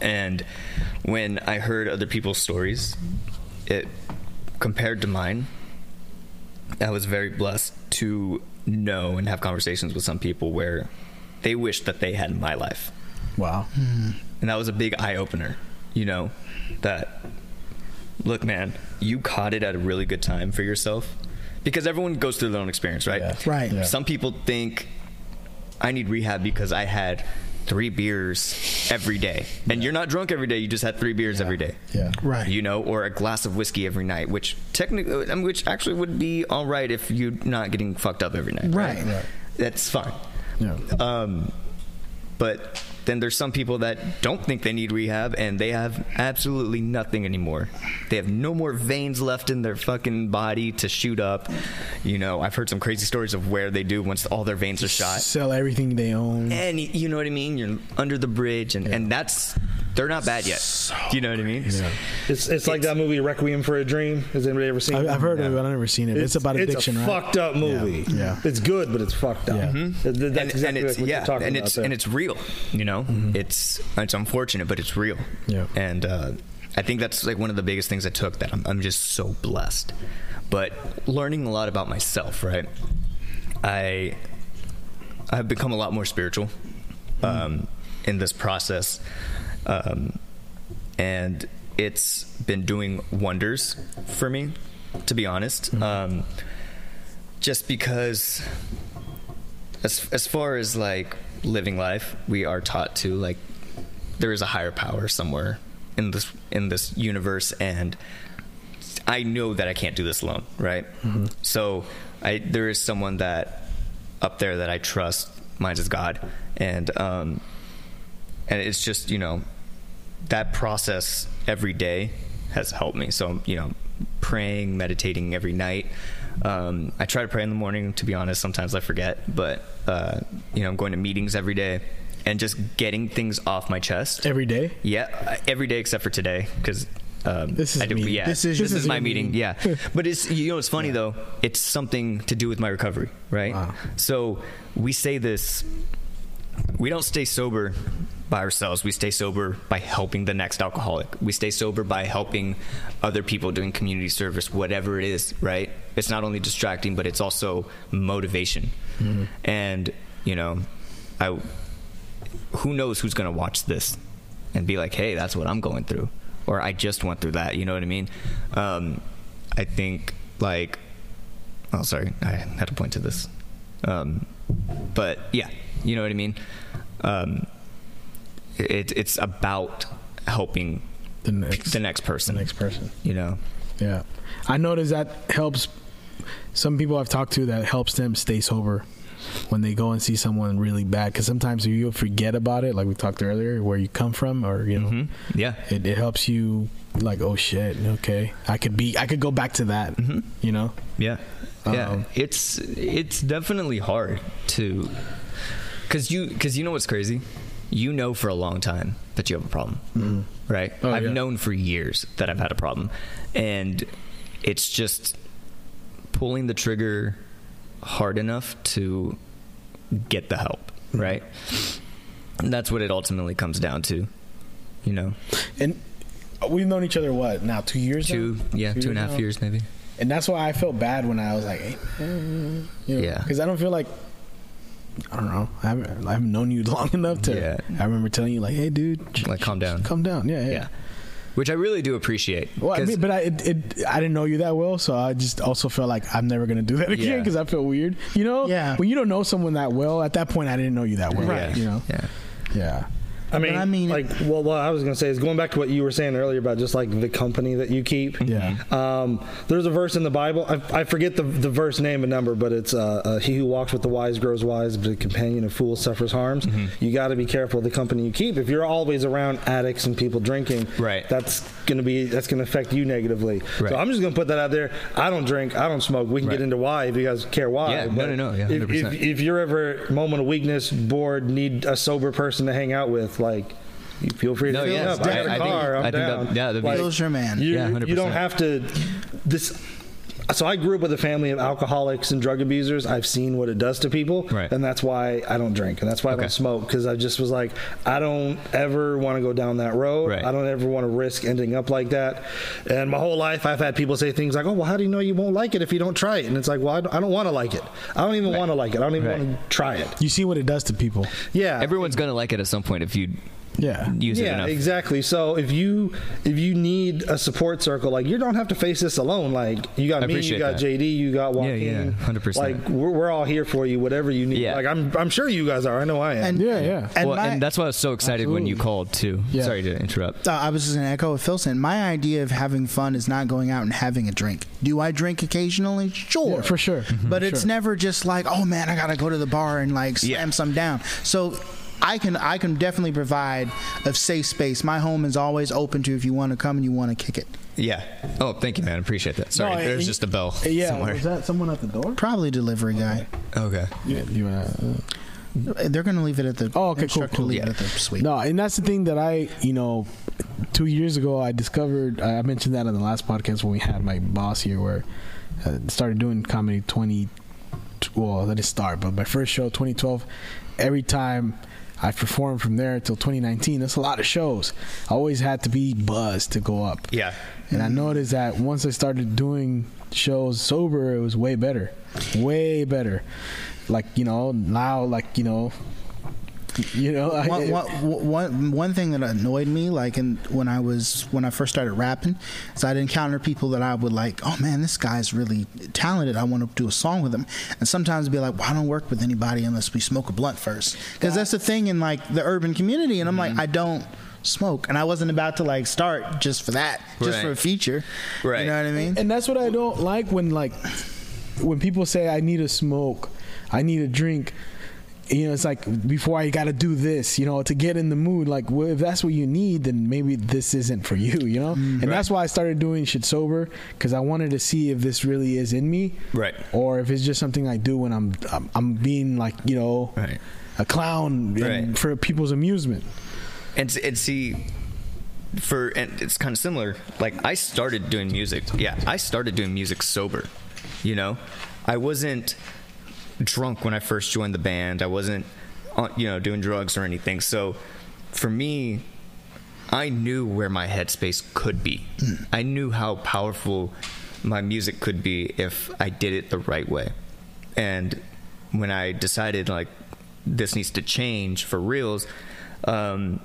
Speaker 6: And when I heard other people's stories, it compared to mine, I was very blessed to know and have conversations with some people where they wished that they had my life
Speaker 5: Wow,
Speaker 6: and that was a big eye opener, you know, that look, man, you caught it at a really good time for yourself because everyone goes through their own experience, right?
Speaker 5: Yeah.
Speaker 4: Right. Yeah.
Speaker 6: Some people think I need rehab because I had three beers every day, and you're not drunk every day. You just had three beers every day,
Speaker 5: Yeah.
Speaker 4: Right.
Speaker 6: You know, or a glass of whiskey every night, which technically, um, which actually would be all right if you're not getting fucked up every night,
Speaker 4: Right. Right.
Speaker 6: That's fine.
Speaker 5: yeah,
Speaker 6: Um, but then there's some people that don't think they need rehab and they have absolutely nothing anymore. They have no more veins left in their fucking body to shoot up. You know, I've heard some crazy stories of where they do once all their veins are shot.
Speaker 5: sell everything they own.
Speaker 6: And y- you know what I mean? You're under the bridge and, and that's they're not bad yet. do you know what I mean?
Speaker 3: It's, it's like that movie Requiem for a Dream. Has anybody ever seen?
Speaker 5: I,
Speaker 3: that?
Speaker 5: I've heard of it, but I've never seen it. It's, about addiction,
Speaker 3: It's a
Speaker 5: right?
Speaker 3: fucked up movie.
Speaker 5: Yeah.
Speaker 3: it's good, but it's fucked up.
Speaker 5: Yeah.
Speaker 3: Th- th- That's
Speaker 6: and,
Speaker 3: exactly
Speaker 6: and it's
Speaker 3: what
Speaker 6: yeah,
Speaker 3: you're talking
Speaker 6: and
Speaker 3: about.
Speaker 6: it's
Speaker 3: there. Mm-hmm.
Speaker 6: and it's real. You know, it's it's unfortunate, but it's real.
Speaker 5: Yeah.
Speaker 6: and uh, I think that's like one of the biggest things I took. That I'm, I'm just so blessed, but learning a lot about myself. Right, I I've become a lot more spiritual
Speaker 3: Mm-hmm.
Speaker 6: um, in this process, um, and it's been doing wonders for me, to be honest.
Speaker 3: Mm-hmm.
Speaker 6: Um, just because as as far as like living life, we are taught to like there is a higher power somewhere in this in this universe, and I know that I can't do this alone, right? So I there is someone that up there that I trust. Mine is God, and um, and it's just you know that process every day has helped me. So you know, praying, meditating every night. Um, I try to pray in the morning. To be honest, sometimes I forget, but uh, you know, I'm going to meetings every day and just getting things off my chest.
Speaker 5: Every day.
Speaker 6: Yeah, uh, every day except for today because um,
Speaker 5: This is
Speaker 6: I do,
Speaker 5: meeting.
Speaker 6: yeah
Speaker 5: This is
Speaker 6: this
Speaker 5: your
Speaker 6: is my
Speaker 5: meeting.
Speaker 6: meeting. Yeah, but it's you know it's funny though. It's something to do with my recovery, right?
Speaker 5: Wow.
Speaker 6: So we say this. We don't stay sober by ourselves. We stay sober by helping the next alcoholic. We stay sober by helping other people doing community service, whatever it is, right? It's not only distracting, but it's also motivation.
Speaker 5: Mm-hmm.
Speaker 6: And, you know, I who knows who's going to watch this and be like, hey, that's what I'm going through, or I just went through that. You know what I mean? Um, I think like, oh, sorry, I had to point to this, um, but yeah, you know what I mean. Um, it, it's about helping
Speaker 5: The next,
Speaker 6: the next person.
Speaker 5: the next person.
Speaker 6: you know.
Speaker 5: Yeah, I noticed that helps. Some people I've talked to that helps them stay sober when they go and see someone really bad. Because sometimes you forget about it, like we talked earlier, where you come from, or you know,
Speaker 6: Yeah.
Speaker 5: it, it helps you. Like, oh shit, okay, I could be, I could go back to that.
Speaker 6: Mm-hmm.
Speaker 5: You know,
Speaker 6: Yeah, yeah.
Speaker 5: Um,
Speaker 6: It's it's definitely hard to, cause you cause you know what's crazy, you know for a long time that you have a problem, right?
Speaker 5: Oh,
Speaker 6: I've
Speaker 5: yeah.
Speaker 6: known for years that I've had a problem, and it's just pulling the trigger hard enough to get the help,
Speaker 5: Mm-hmm.
Speaker 6: right? And that's what it ultimately comes down to, you know.
Speaker 5: And we've known each other what now? Two years.
Speaker 6: Two,
Speaker 5: now?
Speaker 6: yeah, two and a half
Speaker 5: now?
Speaker 6: years maybe.
Speaker 5: And that's why I felt bad when I was like, hey, man," you know,
Speaker 6: Yeah.
Speaker 5: because I don't feel like. I don't know. I haven't, I haven't known you long enough to.
Speaker 6: Yeah.
Speaker 5: I remember telling you like, "Hey, dude, ch-
Speaker 6: Like,
Speaker 5: ch-
Speaker 6: calm down.
Speaker 5: calm down." Yeah, yeah.
Speaker 6: Yeah. Which I really do appreciate.
Speaker 5: Well, I
Speaker 6: 'cause-
Speaker 5: mean, but I it, it, I didn't know you that well, so I just also felt like I'm never gonna do that again
Speaker 6: Yeah.
Speaker 5: because I feel weird. You know,
Speaker 4: Yeah.
Speaker 5: When you don't know someone that well, at that point, I didn't know you that well.
Speaker 6: yeah,
Speaker 5: You know.
Speaker 6: yeah.
Speaker 5: Yeah.
Speaker 3: I mean,
Speaker 4: I mean-
Speaker 3: like, well, what I was gonna say is going back to what you were saying earlier about just like the company that you keep.
Speaker 5: Yeah.
Speaker 3: Um, there's a verse in the Bible. I, I forget the, the verse name and number, but it's uh, uh, "He who walks with the wise grows wise, but the companion of fools suffers harms."
Speaker 6: Mm-hmm.
Speaker 3: You got to be careful of the company you keep. If you're always around addicts and people drinking,
Speaker 6: Right.
Speaker 3: That's gonna be that's gonna affect you negatively.
Speaker 6: Right.
Speaker 3: So I'm just gonna put that out there. I don't drink. I don't smoke. We can
Speaker 6: Right.
Speaker 3: get into why if you guys care why.
Speaker 6: Yeah, no,
Speaker 3: but
Speaker 6: no, no, yeah,
Speaker 3: if- if,
Speaker 6: 100%.
Speaker 3: if you're ever moment of weakness, bored, need a sober person to hang out with, like you feel free to
Speaker 6: No,
Speaker 3: fill
Speaker 6: yeah,
Speaker 3: me up. I,
Speaker 6: I-
Speaker 3: got a
Speaker 6: I think-
Speaker 3: car.
Speaker 6: I
Speaker 3: I'm
Speaker 6: think
Speaker 3: down.
Speaker 6: that- yeah, that'd be-
Speaker 4: Bill's your man.
Speaker 3: You,
Speaker 6: Yeah,
Speaker 3: you
Speaker 6: 100%.
Speaker 3: don't have to. This. So I grew up with a family of alcoholics and drug abusers. I've seen what it does to people,
Speaker 6: Right.
Speaker 3: and that's why I don't drink, and that's why I
Speaker 6: Okay.
Speaker 3: don't smoke, because I just was like, I don't ever want to go down that road.
Speaker 6: Right.
Speaker 3: I don't ever want to risk ending up like that. And my whole life, I've had people say things like, "Oh, well, how do you know you won't like it if you don't try it?" And it's like, well, I don't, I don't want to like it. I don't even want to like it. I don't even
Speaker 6: Right.
Speaker 3: want to try it.
Speaker 5: You see what it does to people.
Speaker 3: Yeah.
Speaker 6: Everyone's gonna like it at some point if you
Speaker 5: Yeah.
Speaker 6: use it
Speaker 3: yeah,
Speaker 6: enough.
Speaker 3: exactly. So if you if you need a support circle, like you don't have to face this alone. Like you got
Speaker 6: I
Speaker 3: me, you
Speaker 6: appreciate
Speaker 3: got
Speaker 6: that.
Speaker 3: JD, you got
Speaker 6: Yeah,
Speaker 3: Joaquin.
Speaker 6: yeah, 100%.
Speaker 3: Like we're, we're all here for you, whatever you need.
Speaker 6: Yeah.
Speaker 3: Like I'm I'm sure you guys are. I know I am.
Speaker 4: And,
Speaker 5: Yeah. Yeah.
Speaker 4: And
Speaker 6: well,
Speaker 4: my,
Speaker 6: and that's why I was so excited when you
Speaker 5: Absolutely.
Speaker 6: called too.
Speaker 5: Yeah.
Speaker 6: Sorry to interrupt.
Speaker 4: uh, I was just going to echo what Phil said. My idea of having fun is not going out and having a drink. Do I drink occasionally? Sure.
Speaker 5: Yeah, for sure. Mhm.
Speaker 6: Mm-hmm.
Speaker 4: But
Speaker 5: For
Speaker 4: it's
Speaker 5: sure.
Speaker 4: never just like, oh man, I got to go to the bar and like slam
Speaker 6: Yeah.
Speaker 4: some down. So I can I can definitely provide a safe space. My home is always open to if you want to come and you want to kick it.
Speaker 6: Yeah. Oh, thank you, man. Appreciate that. Sorry,
Speaker 5: No,
Speaker 6: there's
Speaker 5: and-
Speaker 6: just a bell
Speaker 5: Yeah.
Speaker 6: somewhere.
Speaker 5: Was that someone at the door?
Speaker 4: Probably delivery guy.
Speaker 6: Okay.
Speaker 5: Yeah. You uh, wanna,
Speaker 4: They're going to leave it at the
Speaker 5: Oh, okay, cool,
Speaker 4: instructor
Speaker 5: cool.
Speaker 4: leave it
Speaker 6: Yeah.
Speaker 4: at the suite.
Speaker 5: No, and that's the thing that I, you know, two years ago I discovered. I I mentioned that on the last podcast when we had my boss here, where I started doing comedy twenty. Well, I didn't start, but my first show twenty twelve. Every time I performed from there till twenty nineteen, that's a lot of shows. I always had to be buzzed to go up.
Speaker 6: Yeah.
Speaker 5: And I noticed that once I started doing shows sober, it was way better, way better. Like you know now, like you know, you know, I-
Speaker 4: one, one, one, one thing that annoyed me, like in, when I was when I first started rapping, is I'd encounter people that I would like. Oh man, this guy's really talented. I want to do a song with him. And sometimes be like, well, I don't work with anybody unless we smoke a blunt first, because that's the thing in like the urban community. And I'm like, I don't smoke, and I wasn't about to like start just for that, just
Speaker 6: Right.
Speaker 4: for a feature.
Speaker 6: Right.
Speaker 4: You know what I mean?
Speaker 5: And that's what I don't like when like when people say I need a smoke, I need a drink. You know, it's like before I got to do this, you know, to get in the mood. Like, well, if that's what you need, then maybe this isn't for you, you know.
Speaker 6: Mm.
Speaker 5: and that's why I started doing shit sober because I wanted to see if this really is in me,
Speaker 6: Right.
Speaker 5: Or if it's just something I do when I'm I'm, I'm being like you know
Speaker 6: Right.
Speaker 5: a clown and-
Speaker 6: Right.
Speaker 5: for people's amusement.
Speaker 6: And s- and see, for and it's kind of similar. Like I started doing music. Yeah, I started doing music sober. You know, I wasn't drunk when I first joined the band. I wasn't, on, you know, doing drugs or anything. So, for me, I knew where my headspace could be. I knew how powerful my music could be if I did it the right way. And when I decided like this needs to change for reals, um,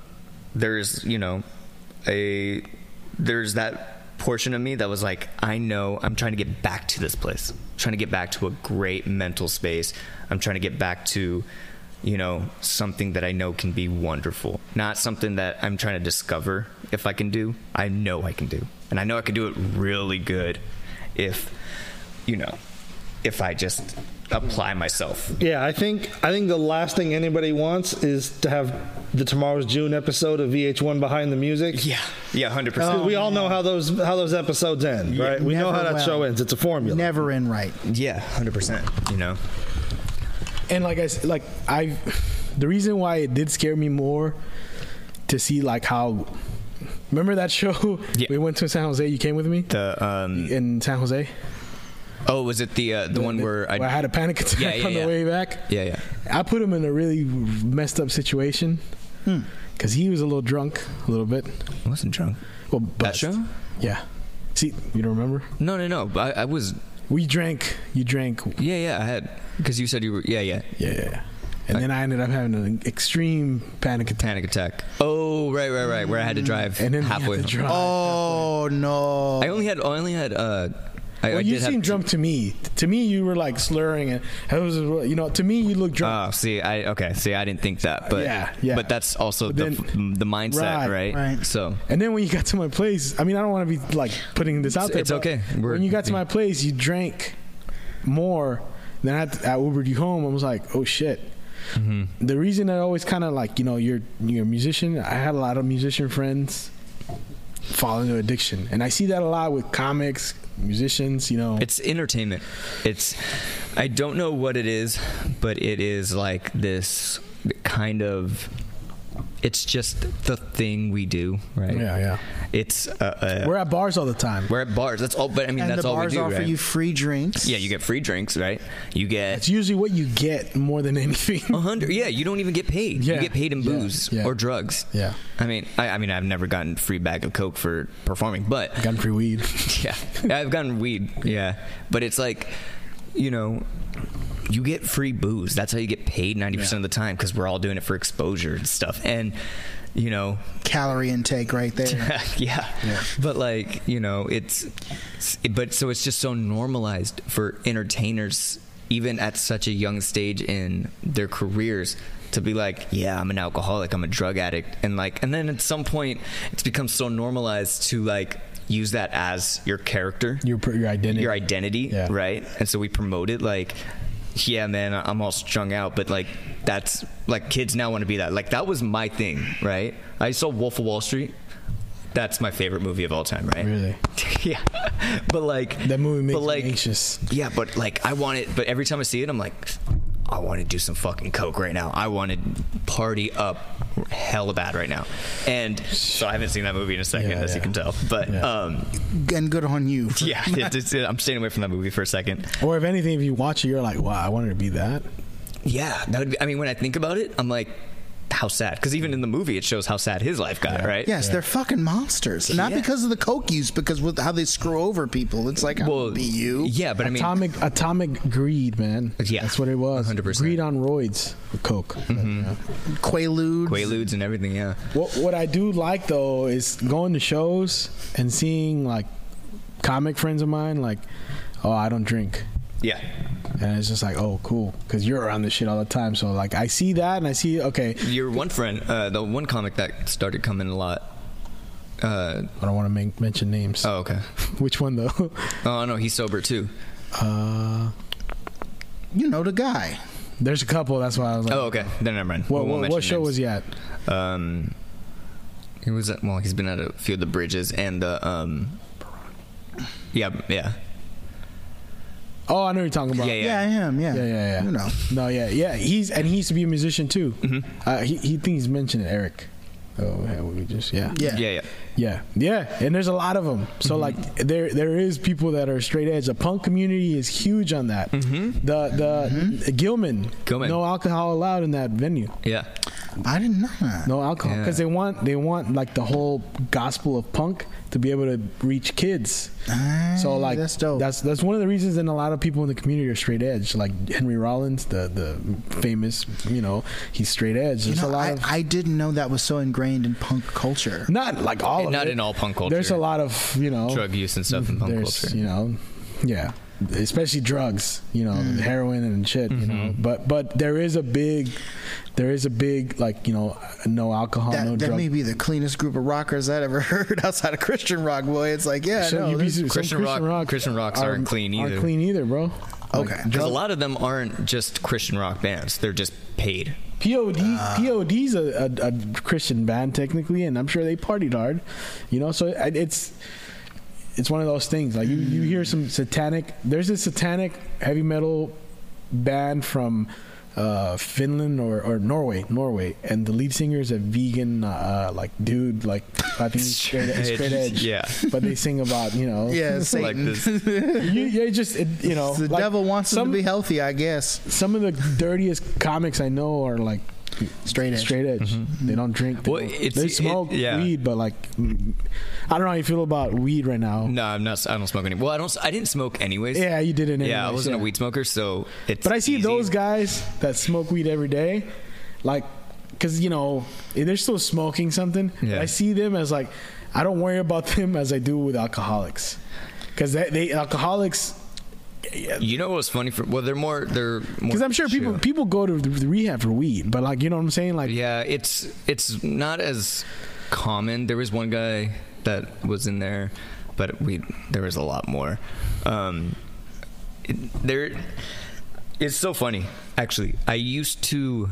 Speaker 6: there's you know a there's that portion of me that was like I know I'm trying to get back to this place. I'm trying to get back to a great mental space. I'm trying to get back to you know, something that I know can be wonderful, not something that I'm trying to discover if I can do. I know I can do. And I know I can do it really good if, you know, if I just apply myself.
Speaker 3: Yeah, I think I think the last thing anybody wants is to have the tomorrow's June episode of VH1 Behind the Music.
Speaker 6: Yeah. Yeah, 100%.
Speaker 3: 'Cause we all know how those how those episodes end, right? We know
Speaker 4: Oh, Never
Speaker 3: how that
Speaker 4: well.
Speaker 3: show ends. It's a formula.
Speaker 4: Never in right.
Speaker 6: yeah, 100%. You know?
Speaker 5: and like I s- like I, the reason why it did scare me more to see like how. Remember that show
Speaker 6: Yeah.
Speaker 5: we went to San Jose? You came with me
Speaker 6: The, um,
Speaker 5: in San Jose.
Speaker 6: Oh, was it the uh, the one where I?
Speaker 5: I had a panic attack
Speaker 6: Yeah, yeah,
Speaker 5: on the
Speaker 6: yeah.
Speaker 5: way back.
Speaker 6: yeah, yeah.
Speaker 5: I put him in a really messed up situation because he was a little drunk, a little bit.
Speaker 6: I wasn't drunk.
Speaker 5: Well, bust.
Speaker 6: show?
Speaker 5: Yeah. See, you don't remember?
Speaker 6: No, no, no. but I, I was.
Speaker 5: We drank. You drank.
Speaker 6: Yeah, yeah. I had because you said you were. Yeah, yeah.
Speaker 5: Yeah. yeah, yeah. And then I ended up having an extreme panic attack.
Speaker 6: Panic attack. Oh, right, right, right. Where I had to drive
Speaker 5: And then we had
Speaker 6: halfway.
Speaker 5: to
Speaker 6: home.
Speaker 5: drive.
Speaker 4: Oh no!
Speaker 6: I only had. I only had. Uh, I, I
Speaker 5: well, you
Speaker 6: did
Speaker 5: seemed
Speaker 6: have.
Speaker 5: drunk to me. To me, you were like slurring, and I was, you know, to me, you looked drunk.
Speaker 6: Oh, see, I okay. See, I didn't think that, but
Speaker 5: Yeah, yeah.
Speaker 6: But that's also
Speaker 5: But
Speaker 6: the
Speaker 5: then-
Speaker 6: f- the
Speaker 5: Right,
Speaker 6: mindset, right?
Speaker 4: right.
Speaker 6: So
Speaker 5: And then when you got to my place, I mean, I don't want to be like putting this out
Speaker 6: It's-
Speaker 5: there.
Speaker 6: it's
Speaker 5: but
Speaker 6: okay. We're-
Speaker 5: when you got to
Speaker 6: yeah.
Speaker 5: my place, you drank more. Then I, I Ubered you home. I was like, oh shit.
Speaker 6: Mm-hmm.
Speaker 5: The reason I always kind of like, you know, you're you're a musician. I had a lot of musician friends fall into addiction, and I see that a lot with comics, musicians. You know,
Speaker 6: It's entertainment. It's I don't know what it is, but it is like this kind of it's just the thing we do, right?
Speaker 5: yeah, yeah.
Speaker 6: It's uh, uh,
Speaker 5: We're at bars all the time.
Speaker 6: we're at bars. That's all. But I mean,
Speaker 4: and
Speaker 6: that's
Speaker 4: the
Speaker 6: all
Speaker 4: bars
Speaker 6: we do,
Speaker 4: offer
Speaker 6: right?
Speaker 4: you free drinks.
Speaker 6: yeah, you get free drinks, right? You
Speaker 5: It's
Speaker 6: get
Speaker 5: usually what you get more than anything.
Speaker 6: a hundred. Yeah, you don't even get paid.
Speaker 5: Yeah,
Speaker 6: You get paid in
Speaker 5: yeah,
Speaker 6: booze
Speaker 5: yeah.
Speaker 6: or drugs.
Speaker 5: Yeah.
Speaker 6: I mean, I, I mean, I've never gotten free bag of coke for performing, but
Speaker 5: Gun free weed.
Speaker 6: yeah i've gotten weed yeah but it's like you know you get free booze that's how you get paid 90% of the time because we're all doing it for exposure and stuff and you know
Speaker 4: calorie intake right there.
Speaker 6: yeah. but like you know it's but so it's just so normalized for entertainers even at such a young stage in their careers to be like yeah i'm an alcoholic i'm a drug addict and like and then at some point it's become so normalized to like use that as your character
Speaker 5: Your your identity.
Speaker 6: your identity,
Speaker 5: Yeah.
Speaker 6: right? And so we promote it like, yeah, man, I- I'm all strung out, but like that's like kids now want to be that. Like that was my thing, right? I saw Wolf of Wall Street. That's my favorite movie of all time, right?
Speaker 5: Really?
Speaker 6: yeah. But like
Speaker 5: That movie makes
Speaker 6: but, like,
Speaker 5: me anxious.
Speaker 6: Yeah, but like I want it. But every time I see it, I'm like, I want to do some fucking coke right now. I want to party up hella bad right now. And so I haven't seen that movie in a second,
Speaker 5: Yeah,
Speaker 6: as you
Speaker 5: yeah.
Speaker 6: can tell. But
Speaker 5: Yeah.
Speaker 6: um,
Speaker 4: and good on you. for-
Speaker 6: yeah, it's, it's, I'm staying away from that movie for a second.
Speaker 5: Or if anything, if you watch it, you're like, wow, I wanted to be that.
Speaker 6: Yeah, that would be, I mean, when I think about it, I'm like, how sad. Because even in the movie, it shows how sad his life got, right?
Speaker 4: Yes, they're fucking monsters. Not
Speaker 6: Yeah.
Speaker 4: because of the coke use, because with how they screw over people. It's like, I'll
Speaker 6: Well,
Speaker 4: be you.
Speaker 6: Yeah, but I mean,
Speaker 5: atomic atomic greed, man.
Speaker 6: Yeah.
Speaker 5: that's what it was.
Speaker 6: 100%.
Speaker 5: Greed on roids with coke.
Speaker 6: Mm-hmm.
Speaker 4: Quaaludes.
Speaker 6: Quaaludes and everything. Yeah,
Speaker 5: What what I do like though is going to shows and seeing like comic friends of mine like, oh, I don't drink.
Speaker 6: yeah,
Speaker 5: And it's just like, oh, cool, because you're around this shit all the time. So like, I see that, and I see, okay,
Speaker 6: your one friend, uh, the one comic that started coming a lot. Uh,
Speaker 5: I don't want to make, mention names.
Speaker 6: oh, okay.
Speaker 5: Which one though?
Speaker 6: Oh no, he's sober too.
Speaker 5: uh,
Speaker 4: You know the guy.
Speaker 5: there's a couple. That's why I was like,
Speaker 6: Oh, okay. Then never mind.
Speaker 5: what what, what show was
Speaker 6: he?
Speaker 5: he at?
Speaker 6: Um, he was at, well. He's been at a few of the bridges and the um. Yeah, yeah,
Speaker 5: Oh, I know you're talking about.
Speaker 6: yeah, yeah.
Speaker 4: Yeah, I am. Yeah.
Speaker 5: Yeah, yeah, yeah.
Speaker 4: You know.
Speaker 5: No, yeah, yeah. He's and he used to be a musician too. Uh, he he thinks mentioned Eric. Oh, yeah, we just yeah.
Speaker 4: Yeah.
Speaker 6: yeah, yeah.
Speaker 5: yeah, yeah. And there's a lot of them. So like there there is people that are straight edge. The punk community is huge on that. The the Gilman,
Speaker 6: Gilman.
Speaker 5: no alcohol allowed in that venue.
Speaker 6: yeah.
Speaker 4: I didn't know that.
Speaker 5: No alcohol
Speaker 6: Yeah.
Speaker 5: because they want they want like the whole gospel of punk to be able to reach kids.
Speaker 4: Ah,
Speaker 5: So like
Speaker 4: that's dope.
Speaker 5: That's that's one of the reasons, and a lot of people in the community are straight edge. Like Henry Rollins, the the famous, you know, he's straight edge.
Speaker 4: you
Speaker 5: There's
Speaker 4: know,
Speaker 5: a lot
Speaker 4: I,
Speaker 5: of
Speaker 4: I didn't know that was so ingrained in punk culture.
Speaker 5: not like all of
Speaker 6: Not
Speaker 5: it.
Speaker 6: in all punk culture.
Speaker 5: There's a lot of you know
Speaker 6: drug use and stuff in punk
Speaker 5: Oh. there's,
Speaker 6: culture.
Speaker 5: You know, yeah, especially drugs. You know,
Speaker 4: Mm.
Speaker 5: heroin and shit. You know,
Speaker 6: Mm-hmm.
Speaker 5: but but there is a big, there is a big like you know no alcohol,
Speaker 4: That,
Speaker 5: no
Speaker 4: that
Speaker 5: drug.
Speaker 4: may be the cleanest group of rockers I'd ever heard outside of Christian rock, boy. It's like, yeah,
Speaker 5: So
Speaker 4: no,
Speaker 5: you be-
Speaker 4: this-
Speaker 5: some
Speaker 6: Christian rock- Christian rocks aren't clean either.
Speaker 5: Aren't clean either, bro.
Speaker 4: okay.
Speaker 6: Because a lot of them aren't just Christian rock bands; they're just paid.
Speaker 5: POD POD's a, a, a Christian band technically, and I'm sure they partied hard, you know. So I- it's it's one of those things. Like you, you hear some satanic. There's this satanic heavy metal band from uh, Finland or, or Norway, Norway, and the lead singer is a vegan uh, like dude, like I think he's straight, he's straight edge.
Speaker 6: Yeah.
Speaker 5: But they sing about you know
Speaker 4: Yeah,
Speaker 6: Like
Speaker 4: Satan.
Speaker 6: this.
Speaker 5: you, you just it, you know
Speaker 4: the
Speaker 5: like,
Speaker 4: devil wants
Speaker 5: some
Speaker 4: them to be healthy, I guess.
Speaker 5: some of the dirtiest comics I know are like
Speaker 4: Straight edge.
Speaker 5: straight edge. They don't drink. They,
Speaker 6: Mm-hmm. Well,
Speaker 5: don't-
Speaker 6: it's-
Speaker 5: they
Speaker 6: it-
Speaker 5: smoke
Speaker 6: yeah.
Speaker 5: weed, but like mm, I don't know how you feel about weed right now.
Speaker 6: No, I'm not. I don't smoke anymore. Well, I don't. s- I didn't smoke anyways.
Speaker 5: Yeah, you did it. Anyways,
Speaker 6: Yeah, I wasn't a weed smoker, so it's.
Speaker 5: But I see
Speaker 6: easy.
Speaker 5: those guys that smoke weed every day, like, because you know they're still smoking something.
Speaker 6: Yeah.
Speaker 5: I see them as like I don't worry about them as I do with alcoholics, because they, they alcoholics.
Speaker 6: You know what's funny? For well, they're more. They're more.
Speaker 5: Because I'm sure people
Speaker 6: chill.
Speaker 5: people go to the rehab for weed, but like you know what I'm saying, like.
Speaker 6: Yeah, it's it's not as common. There was one guy that was in there, but we there was a lot more. Um, it- there, it's so funny. Actually, I used to.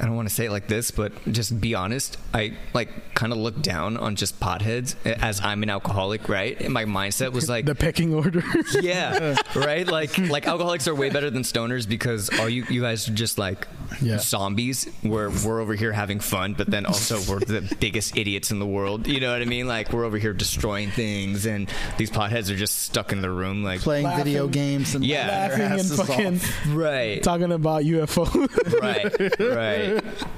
Speaker 6: I don't want to say it like this, but just be honest. I like kind of look down on just potheads eh, as I'm an alcoholic, right? And my mindset was like,
Speaker 5: The pecking order.
Speaker 6: yeah right like like alcoholics are way better than stoners because all you you guys are just like
Speaker 5: Yeah.
Speaker 6: zombies where we're over here having fun but then also we're the biggest idiots in the world you know what i mean like we're over here destroying things and these potheads are just stuck in the room like
Speaker 4: Playing video games and
Speaker 6: Yeah.
Speaker 4: laughing
Speaker 5: laughing
Speaker 4: their
Speaker 5: and
Speaker 4: asses off.
Speaker 5: fucking
Speaker 6: right
Speaker 5: talking about UFO.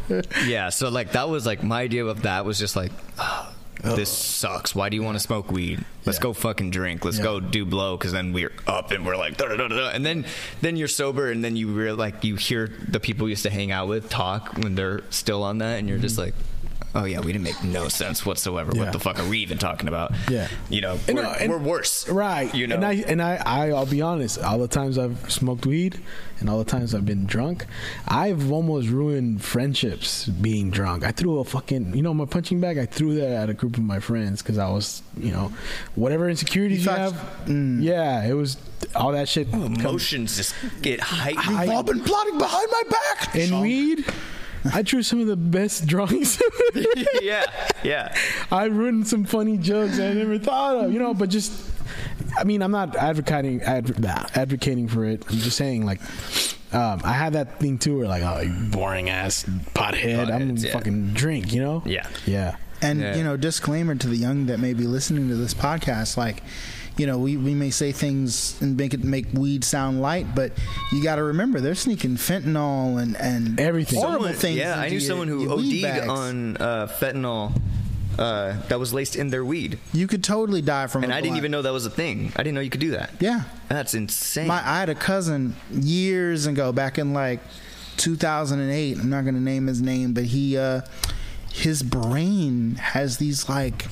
Speaker 6: right right yeah so like that was like my idea of that was just like "Ah, this sucks. Why do you want to smoke weed? Let's go fucking drink. Let's go do blow because then we're up and we're like da da da da. And then then you're sober and then you real like you hear the people you used to hang out with talk when they're still on that and you're just like, oh yeah, we didn't make no sense whatsoever.
Speaker 5: Mm-hmm. Yeah.
Speaker 6: What the fuck are we even talking about?
Speaker 5: Yeah.
Speaker 6: you know,
Speaker 5: And
Speaker 6: we're,
Speaker 5: no, and-
Speaker 6: we're worse.
Speaker 5: right
Speaker 6: You know.
Speaker 5: and i and I, I i'll be honest all the times i've smoked weed and all the times i've been drunk i've almost ruined friendships being drunk i threw a fucking you know my punching bag i threw that at a group of my friends because i was you know whatever insecurities you,
Speaker 4: You thought-
Speaker 5: have
Speaker 4: Mm.
Speaker 5: yeah it was all that shit
Speaker 6: Emotions just get heightened.
Speaker 4: I've Oh, all been plotting behind my back.
Speaker 5: and weed I drew some of the best drawings.
Speaker 6: yeah, yeah.
Speaker 5: I ruined some funny jokes I never thought of, you know. But just, I mean, I'm not advocating adv- advocating for it. I'm just saying, like, um, I had that thing too, where like, oh, you boring ass pothead. I'm
Speaker 6: Potheads,
Speaker 5: gonna
Speaker 6: yeah.
Speaker 5: fucking drink, you know.
Speaker 6: Yeah.
Speaker 5: yeah.
Speaker 4: And
Speaker 6: Yeah.
Speaker 4: you know, disclaimer to the young that may be listening to this podcast, like, you know, we, we may say things and make it make weed sound light, but you got to remember they're sneaking fentanyl and and
Speaker 5: Everything.
Speaker 4: horrible things.
Speaker 6: Yeah, I
Speaker 4: into
Speaker 6: knew
Speaker 4: your-
Speaker 6: someone
Speaker 4: your
Speaker 6: who
Speaker 4: weed
Speaker 6: OD'd
Speaker 4: bags.
Speaker 6: on uh, fentanyl uh, that was laced in their weed,
Speaker 4: You could totally die from.
Speaker 6: and
Speaker 4: I
Speaker 6: I didn't even know that was a thing. I didn't know you could do that.
Speaker 4: Oh, Yeah.
Speaker 6: that's insane.
Speaker 4: My I had a cousin years ago, back in like 2008. I'm not gonna name his name, but he, uh, his brain has these like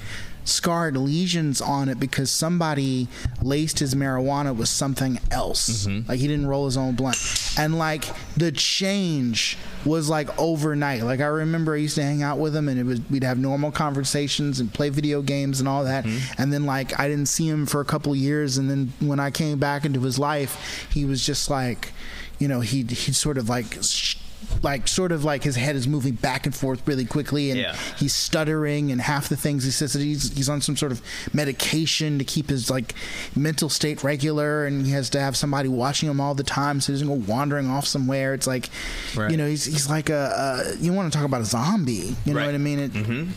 Speaker 4: scarred lesions on it because somebody laced his marijuana with something else. Like he didn't roll his own blunt, and like the change was like overnight. Like I remember I used to hang out with him, and it was we'd have normal conversations and play video games and all that. And then like I didn't see him for a couple years, and then when I came back into his life, he was just like, you know, he he sort of like. Sh- like sort of like his head is moving back and forth really quickly and
Speaker 6: Yeah.
Speaker 4: he's stuttering and half the things he says that he's, he's on some sort of medication to keep his like mental state regular and he has to have somebody watching him all the time so he doesn't go wandering off somewhere it's like you know he's, he's like a, a you want to talk about a zombie you know
Speaker 6: Right. Mm-hmm.
Speaker 4: what i mean it,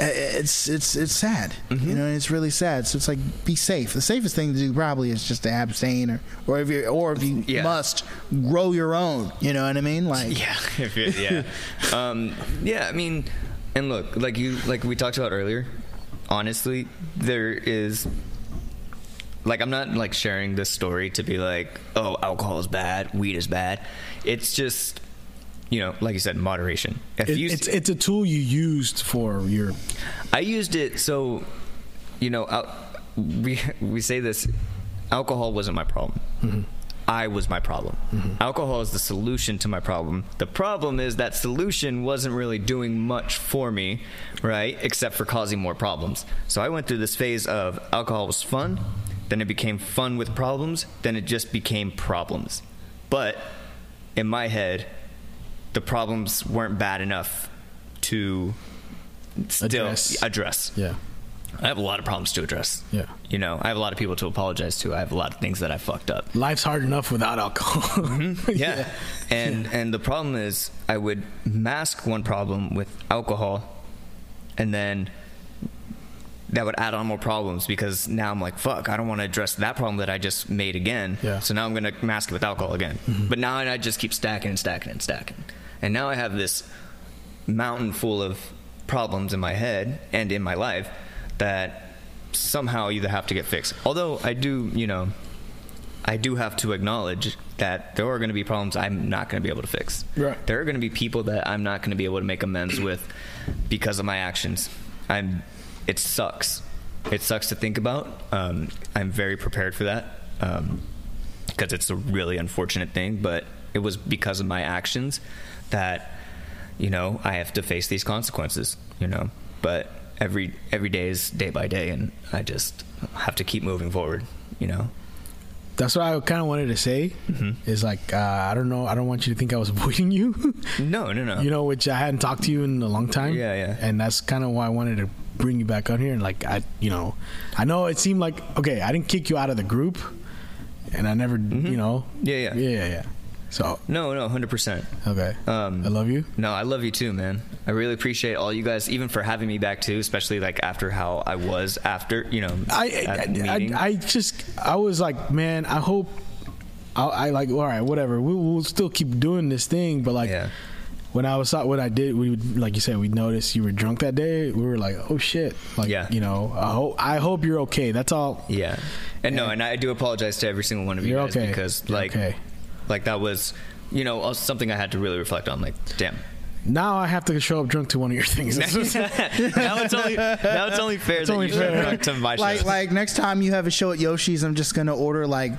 Speaker 4: uh, it's it's it's sad you know and it's really sad so it's like be safe the safest thing to do probably is just to abstain or or if you or if you
Speaker 6: Yeah.
Speaker 4: must grow your own you know what i mean like
Speaker 6: yeah, if it- yeah, um, yeah. I mean, and look, like you, like we talked about earlier. Honestly, there is like I'm not like sharing this story to be like, oh, alcohol is bad, weed is bad. It's just, you know, like you said, moderation. If
Speaker 5: It,
Speaker 6: you,
Speaker 5: it's it's a tool you used for your.
Speaker 6: I used it so, you know, al- we we say this: alcohol wasn't my problem. I was my problem. Alcohol is the solution to my problem. The problem is that solution wasn't really doing much for me, right? Except for causing more problems. So I went through this phase of alcohol was fun, then it became fun with problems, then it just became problems. But in my head, the problems weren't bad enough to still
Speaker 5: Address.
Speaker 6: address.
Speaker 5: Yeah.
Speaker 6: I have a lot of problems to address.
Speaker 5: Yeah.
Speaker 6: You know, I have a lot of people to apologize to. I have a lot of things that I fucked up.
Speaker 5: Life's hard enough without alcohol.
Speaker 6: Mm-hmm. yeah. And and the problem is I would mask one problem with alcohol and then that would add on more problems because now I'm like, fuck, I don't want to address that problem that I just made again.
Speaker 5: Yeah.
Speaker 6: So now I'm gonna mask it with alcohol again. But now I just keep stacking and stacking and stacking. And now I have this mountain full of problems in my head and in my life that somehow either have to get fixed. Although I do, you know, I do have to acknowledge that there are going to be problems I'm not going to be able to fix.
Speaker 5: Right.
Speaker 6: There are going to be people that I'm not going to be able to make amends with because of my actions. I'm. It sucks. It sucks to think about. Um, I'm very prepared for that because it's a really unfortunate thing. But it was because of my actions that you know I have to face these consequences. You know, but every every day is day by day, and I just have to keep moving forward. You know.
Speaker 5: That's what I kind of wanted to say.
Speaker 6: Mm-hmm.
Speaker 5: Is like uh, I don't know. I don't want you to think I was avoiding you.
Speaker 6: No, no, no.
Speaker 5: you know, which I hadn't talked to you in a long time.
Speaker 6: Yeah, yeah.
Speaker 5: And that's kind of why I wanted to bring you back on here. And like I, you know, I know it seemed like okay, I didn't kick you out of the group, and I never, you know,
Speaker 6: Mm-hmm. Yeah, yeah.
Speaker 5: yeah, yeah, yeah. So
Speaker 6: No, no, hundred percent.
Speaker 5: okay,
Speaker 6: Um,
Speaker 5: I love you.
Speaker 6: No, I love you too, man. I really appreciate all you guys, even for having me back too, especially like after how I was after, you know, at
Speaker 5: I I,
Speaker 6: meeting.
Speaker 5: I I just I was like, man, I hope I, I like all right, whatever. We, we'll still keep doing this thing, but like
Speaker 6: Yeah.
Speaker 5: when I was when I did, we would, like you said, we noticed you were drunk that day. We were like, oh shit, like
Speaker 6: Yeah.
Speaker 5: you know, I hope I hope you're okay. That's all.
Speaker 6: yeah, and no, and I do apologize to every single one of you
Speaker 5: You're
Speaker 6: guys
Speaker 5: okay.
Speaker 6: because
Speaker 5: You're
Speaker 6: like,
Speaker 5: okay.
Speaker 6: like that was, you know, uh, something I had to really reflect on. Like, damn.
Speaker 5: Now I have to show up drunk to one of your things.
Speaker 6: now it's only now it's only fair that
Speaker 5: only
Speaker 6: you should
Speaker 5: fair.
Speaker 6: talk to my
Speaker 4: like
Speaker 6: show.
Speaker 4: like next time you have a show at Yoshi's, I'm just gonna order like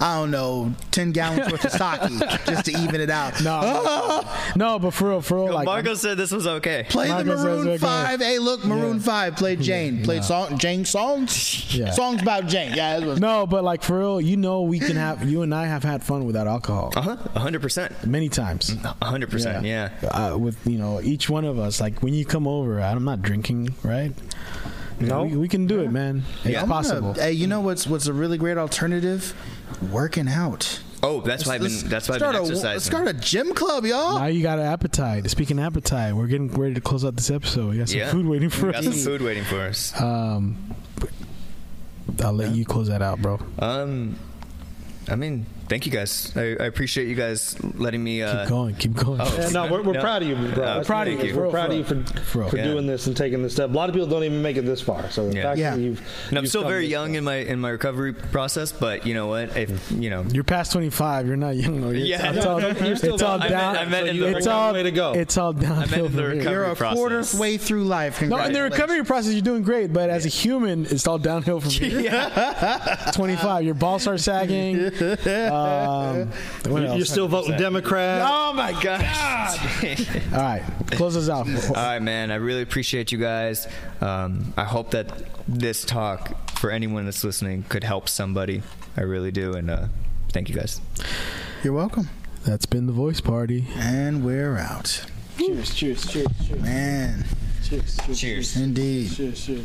Speaker 4: I don't know, ten gallons worth of sake just to even it out.
Speaker 5: no, no, but for real, for real, like
Speaker 6: Marco said this was okay.
Speaker 4: Play the
Speaker 5: Marcus says
Speaker 4: Maroon
Speaker 5: we're gonna-
Speaker 4: Five. Hey, look, Maroon Five played Jane. Played song Jane songs.
Speaker 5: Yeah.
Speaker 4: Songs about Jane. Yeah, it was.
Speaker 5: no, but like for real, you know, we can have you and I have had fun without alcohol
Speaker 6: Uh huh. hundred percent.
Speaker 5: many times.
Speaker 6: hundred percent. Yeah.
Speaker 5: Uh, with you know each one of us, like when you come over, I'm not drinking, right?
Speaker 3: No.
Speaker 5: we, we can do it, man. It's
Speaker 6: Yeah. I'm
Speaker 4: I'm gonna-
Speaker 5: possible.
Speaker 4: hey, you know what's what's a really great alternative? Working out.
Speaker 6: Oh, that's why I've
Speaker 4: Let's
Speaker 6: been. That's why I've been
Speaker 4: start a-
Speaker 6: exercising.
Speaker 4: Let's start a gym club, y'all.
Speaker 5: now you got an appetite. Speaking of appetite, we're getting ready to close out this episode. We got some food waiting for
Speaker 6: we got
Speaker 5: us.
Speaker 6: some food waiting for us.
Speaker 5: Um, I'll let you close that out, bro.
Speaker 6: Um, I mean, thank you guys. I, I appreciate you guys letting me. Uh,
Speaker 5: Keep going, keep going.
Speaker 3: Yeah, Uh, no, we're, we're proud of you, bro. That's
Speaker 5: proud
Speaker 3: the
Speaker 5: of you,
Speaker 3: thing is
Speaker 5: for
Speaker 3: We're
Speaker 5: real,
Speaker 3: proud of you for,
Speaker 5: for real.
Speaker 3: for
Speaker 6: Yeah.
Speaker 3: doing this and taking this step. A lot of people don't even make it this far. So the
Speaker 6: Yeah.
Speaker 3: fact
Speaker 4: Yeah.
Speaker 3: that you've,
Speaker 6: And I'm
Speaker 3: you've
Speaker 6: still
Speaker 3: come
Speaker 6: very
Speaker 3: this
Speaker 6: young
Speaker 3: far.
Speaker 6: in my in my recovery process, but you know what? If you know,
Speaker 5: You're past 25. You're not young. No, You're-
Speaker 6: Yeah.
Speaker 5: it's all,
Speaker 3: still
Speaker 5: it's all
Speaker 3: young. I meant-
Speaker 5: down.
Speaker 6: I meant in the
Speaker 5: it's
Speaker 6: recovery-
Speaker 5: all
Speaker 3: way to go.
Speaker 5: It's all downhill.
Speaker 6: in the
Speaker 5: from here.
Speaker 6: recovery-
Speaker 4: You're a
Speaker 6: process.
Speaker 4: quarter way through life.
Speaker 5: No, in the recovery process, you're doing great, but as a human, it's all downhill from here. 25, your balls start sagging. Um, what
Speaker 3: You're,
Speaker 5: else?
Speaker 3: you're still voting Democrat.
Speaker 6: oh my gosh!
Speaker 5: all right, close us out.
Speaker 6: All right, man. I really appreciate you guys. Um, I hope that this talk for anyone that's listening could help somebody. I really do, and uh, thank you guys.
Speaker 4: You're welcome.
Speaker 5: That's been the voice party.
Speaker 4: And we're out.
Speaker 2: Cheers, cheers, cheers, cheers,
Speaker 4: Man,
Speaker 2: cheers, cheers,
Speaker 6: Cheers.
Speaker 4: indeed.
Speaker 2: cheers, cheers.